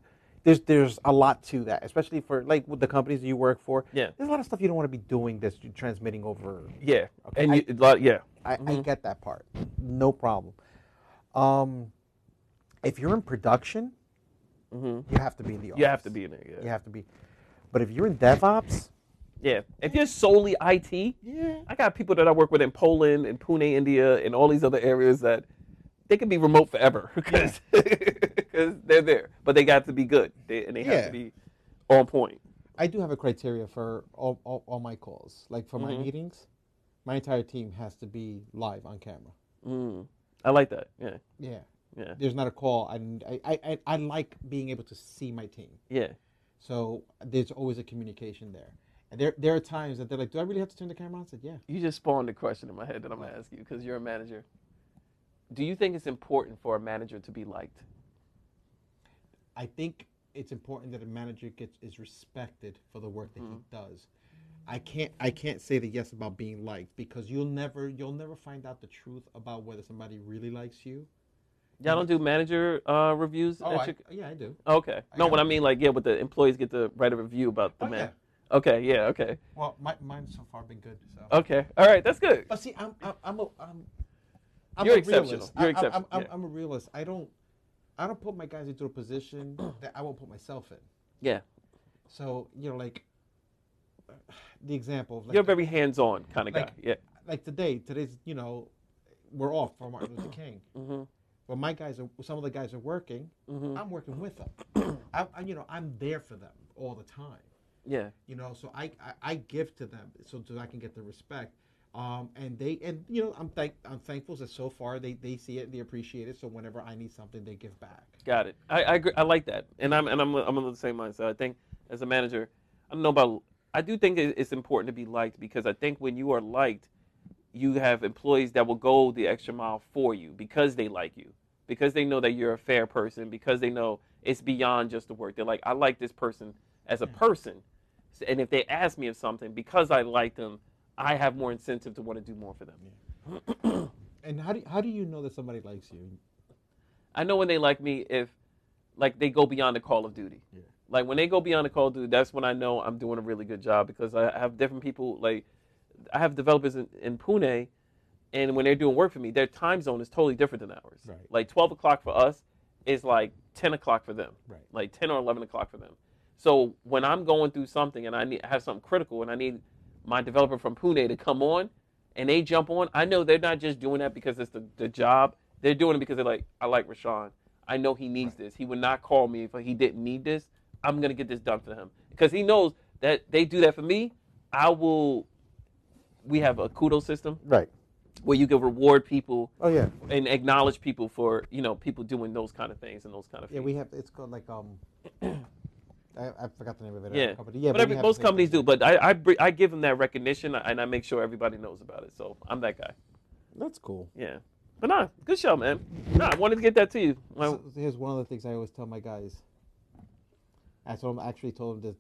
L: there's there's a lot to that, especially for like with the companies that you work for.
A: Yeah.
L: There's a lot of stuff you don't want to be doing that's you transmitting over.
A: Yeah,
L: Okay,
A: and
L: I-
A: you, a lot, yeah,
L: I,
A: Mm-hmm.
L: I get that part. No problem. Um, if you're in production, you have to be in the office.
A: Mm-hmm. you have to be in there. Yeah,
L: You have to be. But if you're in DevOps,
A: Yeah. If you're solely IT,
L: Yeah.
A: I got people that I work with in Poland and Pune, India, and all these other areas that they can be remote forever *laughs* because they're there, but they got to be good they, and they have
B: Yeah.
A: to be on point.
B: I do have a criteria for all, all, all my calls. Like for my meetings, my entire team has to be live on camera.
A: Mm. I like that. Yeah.
B: Yeah.
A: Yeah.
B: There's not a call. and I, I, I, I like being able to see my team.
A: Yeah.
B: So there's always a communication there. And there, there are times that they're like, do I really have to turn the camera on? I said, yeah.
A: You just spawned a question in my head that I'm going to ask you because you're a manager. Do you think it's important for a manager to be liked?
B: I think it's important that a manager gets is respected for the work that he does. I can't I can't say the yes about being liked because you'll never you'll never find out the truth about whether somebody really likes you.
A: Y'all don't do manager uh, reviews?
B: Oh,
A: at
B: I,
A: your-
B: yeah, I do.
A: Okay. No,
B: got
A: what I mean, like, yeah, but the employees get to write a review about the
B: Oh,
A: man. Okay, yeah, okay.
B: Well, my, mine's so far been good. So.
A: Okay, all right, that's good.
B: But see, I'm I'm I'm a, I'm, I'm
A: You're
B: a
A: exceptional.
B: realist.
A: You're
B: I- I'm,
A: exceptional,
B: I'm, I'm,
A: yeah.
B: I'm a realist. I don't I don't put my guys into a
A: *clears throat*
B: position that I won't put myself in.
A: Yeah.
B: So you know, like *sighs* the example of like
A: You're a very hands on kind of guy.
B: like,
A: Yeah.
B: like today, today's you know, we're off for
A: *clears throat*
B: Martin Luther King.
A: Mm-hmm.
B: But my guys are some of the guys are working. I'm working with
A: *clears throat*
B: them. I, I, you know, I'm there for them all the time.
A: Yeah.
B: You know, so I I, I give to them so, so I can get the respect. Um, and they and you know I'm thank I'm thankful that so far they, they see it they appreciate it so whenever I need something they give back.
A: Got it. I, I agree. I like that, and I'm and I'm I'm of the same mindset. I think as a manager, I don't know about. I do think it- it's important to be liked because I think when you are liked, you have employees that will go the extra mile for you because they like you, because they know that you're a fair person, because they know it's beyond just the work. They're like, I like this person as a person, S- and if they ask me of something because I like them, I have more incentive to want to do more for them.
B: And how do how do you know that somebody likes you?
A: I know when they like me if like they go beyond the call of duty. Like when they go beyond the call of duty, that's when I know I'm doing a really good job because I have different people like I have developers in, in Pune and when they're doing work for me, their time zone is totally different than ours.
B: Right.
A: Like twelve o'clock for us is like ten o'clock for them.
B: Right.
A: Like ten or eleven o'clock for them. So when I'm going through something and I need I have something critical and I need my developer from Pune to come on and they jump on, I know they're not just doing that because it's the, the job. They're doing it because they're like, I like Rashawn. I know he needs this. He would not call me if he didn't need this. I'm gonna get this done for him. Because he knows that they do that for me, I will we have a kudos system
L: right.
A: where you can reward people
L: Oh yeah.
A: and acknowledge people for you know people doing those kind of things and those kind of
B: Yeah,
A: feats.
B: we have. It's called like um. *coughs* I, I forgot the name of it.
A: yeah.
B: company. yeah.
A: but
B: we
A: every,
B: have the
A: most
B: same
A: companies
B: thing.
A: do. But I I, br- I give them that recognition and I make sure everybody knows about it. So I'm that guy.
B: That's cool.
A: Yeah, but nah, good show, man. Nah, I wanted to get that to you. Well,
B: So, so here's one of the things I always tell my guys. I told 'em- I actually told them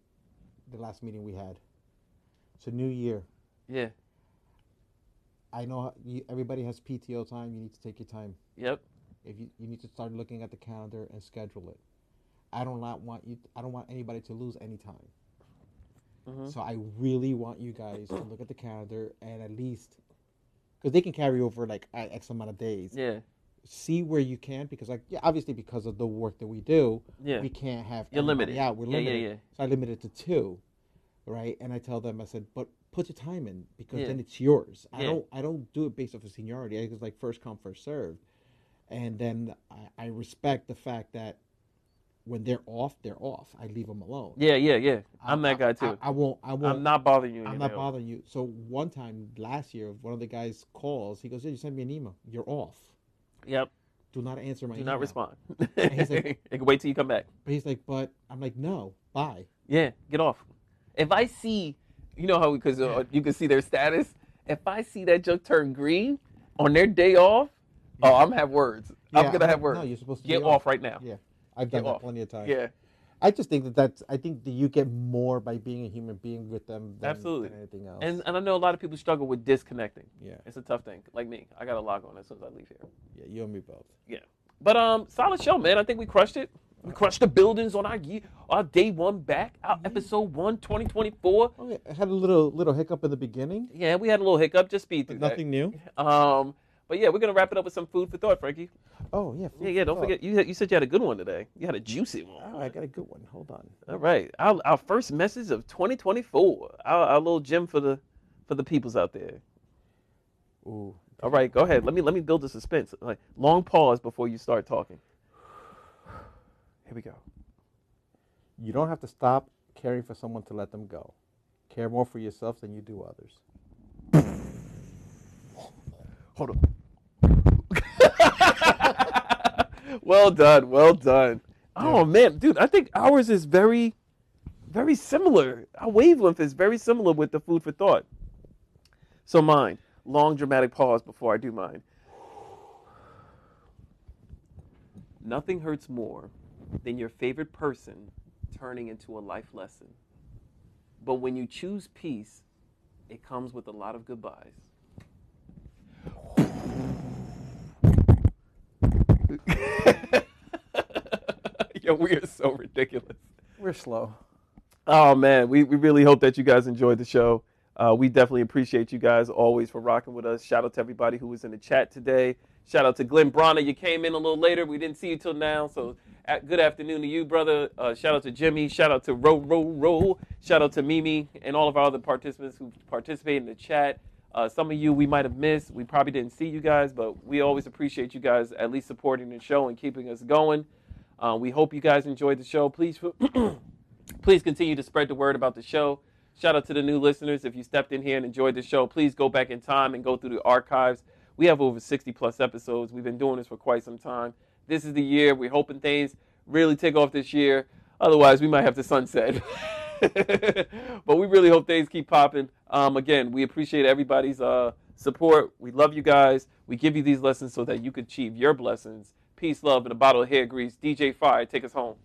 B: the, the last meeting we had. So New Year,
A: yeah,
B: I know how- you, everybody has PTO time. You need to take your time.
A: yep,
B: If you, you need to start looking at the calendar and schedule it. I don't not want you. I don't want anybody to lose any time. So I really want you guys to look at the calendar and at least, because they can carry over like a- x amount of days.
A: yeah.
B: see where you can because like yeah, obviously because of the work that we do
A: Yeah.
B: we can't have
A: You're
B: everybody
A: limited.
B: out we're
A: Yeah, yeah,
B: limited
A: yeah.
B: so i limited to two right and i tell them i said but put your time in because
A: Yeah.
B: then it's yours i
A: Yeah.
B: don't i don't do it based off of seniority it's like first come first served and then I, I respect the fact that when they're off they're off i leave them alone
A: Yeah, yeah, yeah. I'm
B: I-
A: that guy too.
B: I, I won't i won't
A: I'm not bothering you.
B: I'm
A: in
B: not
A: there.
B: bothering you. So one time last year, one of the guys calls. He goes, "Yeah, you sent me an email. You're off.
A: Yep.
B: Do not answer my
A: Do
B: email.
A: not respond.
B: he's like-
A: They can *laughs* wait till you come back.
B: But he's like, but I'm like, no, bye.
A: Yeah, get off. If I see, you know how because uh, you can see their status. If I see that junk turn green on their day off, oh, I'm have words.
B: Yeah,
A: I'm gonna
B: I'm
A: have
B: like,
A: words.
B: no, you're supposed to
A: get
B: be
A: off.
B: off.
A: right now.
B: Yeah, I've done
A: Get
B: that
A: off.
B: plenty of times.
A: Yeah,
G: I just think that that's. I think that you get more by being a human being with them than,
A: Absolutely.
G: than anything else.
A: And, uh, and I know a lot of people struggle with disconnecting.
G: Yeah.
A: It's a tough thing. Like me, I got to log on as soon as I leave here.
G: yeah, you and me both.
A: Yeah. But um, solid show, man. I think we crushed it. We crushed the buildings on our ye- our day one back, our
B: Mm-hmm.
A: episode one, 2024.
G: Oh, yeah, I had a little little hiccup in the beginning.
A: Yeah, we had a little hiccup. Just speed through that.
G: Nothing new.
A: Um, but yeah, we're gonna wrap it up with some food for thought, Frankie.
G: Oh yeah.
A: Yeah,
G: food
A: yeah.
G: for
A: Don't
G: thought.
A: forget, you had- you said you had a good one today. You had a juicy one.
G: Oh, I got a good one. Hold on.
A: All right, our, our first message of 2024. Our, our little gem for the for the peoples out there.
G: Ooh.
A: All right, go ahead. Let me let me build the suspense. Like long pause before you start talking. Here we go.
G: You don't have to stop caring for someone to let them go. Care more for yourself than you do others.
A: Hold on. well done, well done. Oh man, dude, I think ours is very, very similar. Our wavelength is very similar with the food for thought. So mine, long dramatic pause before I do mine. Nothing hurts more than your favorite person turning into a life lesson. But when you choose peace, it comes with a lot of goodbyes. *laughs* Yo, we are so ridiculous.
G: We're slow.
A: Oh man, we, we really hope that you guys enjoyed the show. Uh, we definitely appreciate you guys always for rocking with us. Shout out to everybody who was in the chat today. Shout out to Glenn Brana. You came in a little later. We didn't see you till now. So a good afternoon to you, brother. Uh, shout out to Jimmy. Shout out to Ro Ro Ro. Shout out to Mimi and all of our other participants who participated in the chat. Uh, some of you we might have missed. We probably didn't see you guys, but we always appreciate you guys at least supporting the show and keeping us going. Uh, we hope you guys enjoyed the show. Please feel- *clears throat* please continue to spread the word about the show. Shout out to the new listeners. If you stepped in here and enjoyed the show, please go back in time and go through the archives. We have over 60 plus episodes. We've been doing this for quite some time. This is the year. We're hoping things really take off this year. Otherwise, we might have to sunset. *laughs* but we really hope things keep popping. Um, again, we appreciate everybody's uh, support. We love you guys. We give you these lessons so that you can achieve your blessings. Peace, love, and a bottle of hair grease. DJ Fire, take us home.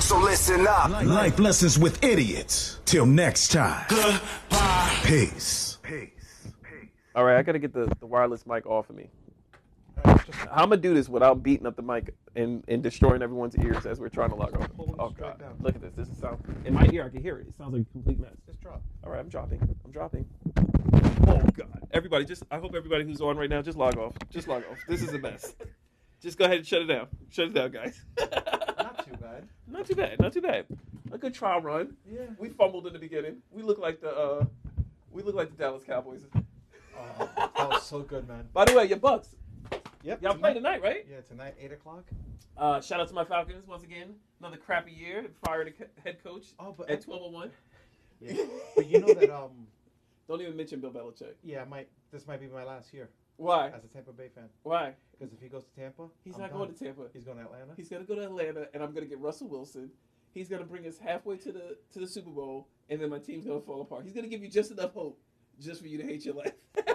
E: So listen up. Life lessons with idiots. Till next time. Peace.
A: All right, I gotta get the, the wireless mic off of me. I'm gonna do this without beating up the mic and, and destroying everyone's ears as we're trying to log on. Oh god, look at this. This is sound in my ear. I can hear it. It sounds like a complete mess. Just drop. All right, I'm dropping. I'm dropping. Oh god, everybody, just I hope everybody who's on right now just log off. Just log off. This is a mess. just go ahead and shut it down. Shut it down, guys.
G: Not too bad.
A: Not too bad. Not too bad. A good trial run. Yeah. We fumbled in the beginning. We look like the uh, we look like the Dallas Cowboys.
G: Oh, That was so good, man.
A: By the way, your Bucks.
G: Yep.
A: Y'all play tonight, right?
G: Yeah, tonight, 8 o'clock.
A: Uh, shout out to my Falcons once again. Another crappy year. Fired a co- head coach
G: Oh, but-
A: at twelve oh one.
G: Yeah. but
A: *laughs*
G: you know that, um,
A: Don't even mention Bill Belichick.
G: yeah, I might, this might be my last year
A: Why?
G: as a Tampa Bay fan.
A: Why?
G: Because if he goes to Tampa,
A: He's
G: I'm
A: not
G: gone.
A: going to Tampa.
G: He's going to Atlanta.
A: He's gonna go to Atlanta, and I'm gonna get Russell Wilson. He's gonna bring us halfway to the to the Super Bowl, and then my team's gonna fall apart. He's gonna give you just enough hope, just for you to hate your life. *laughs*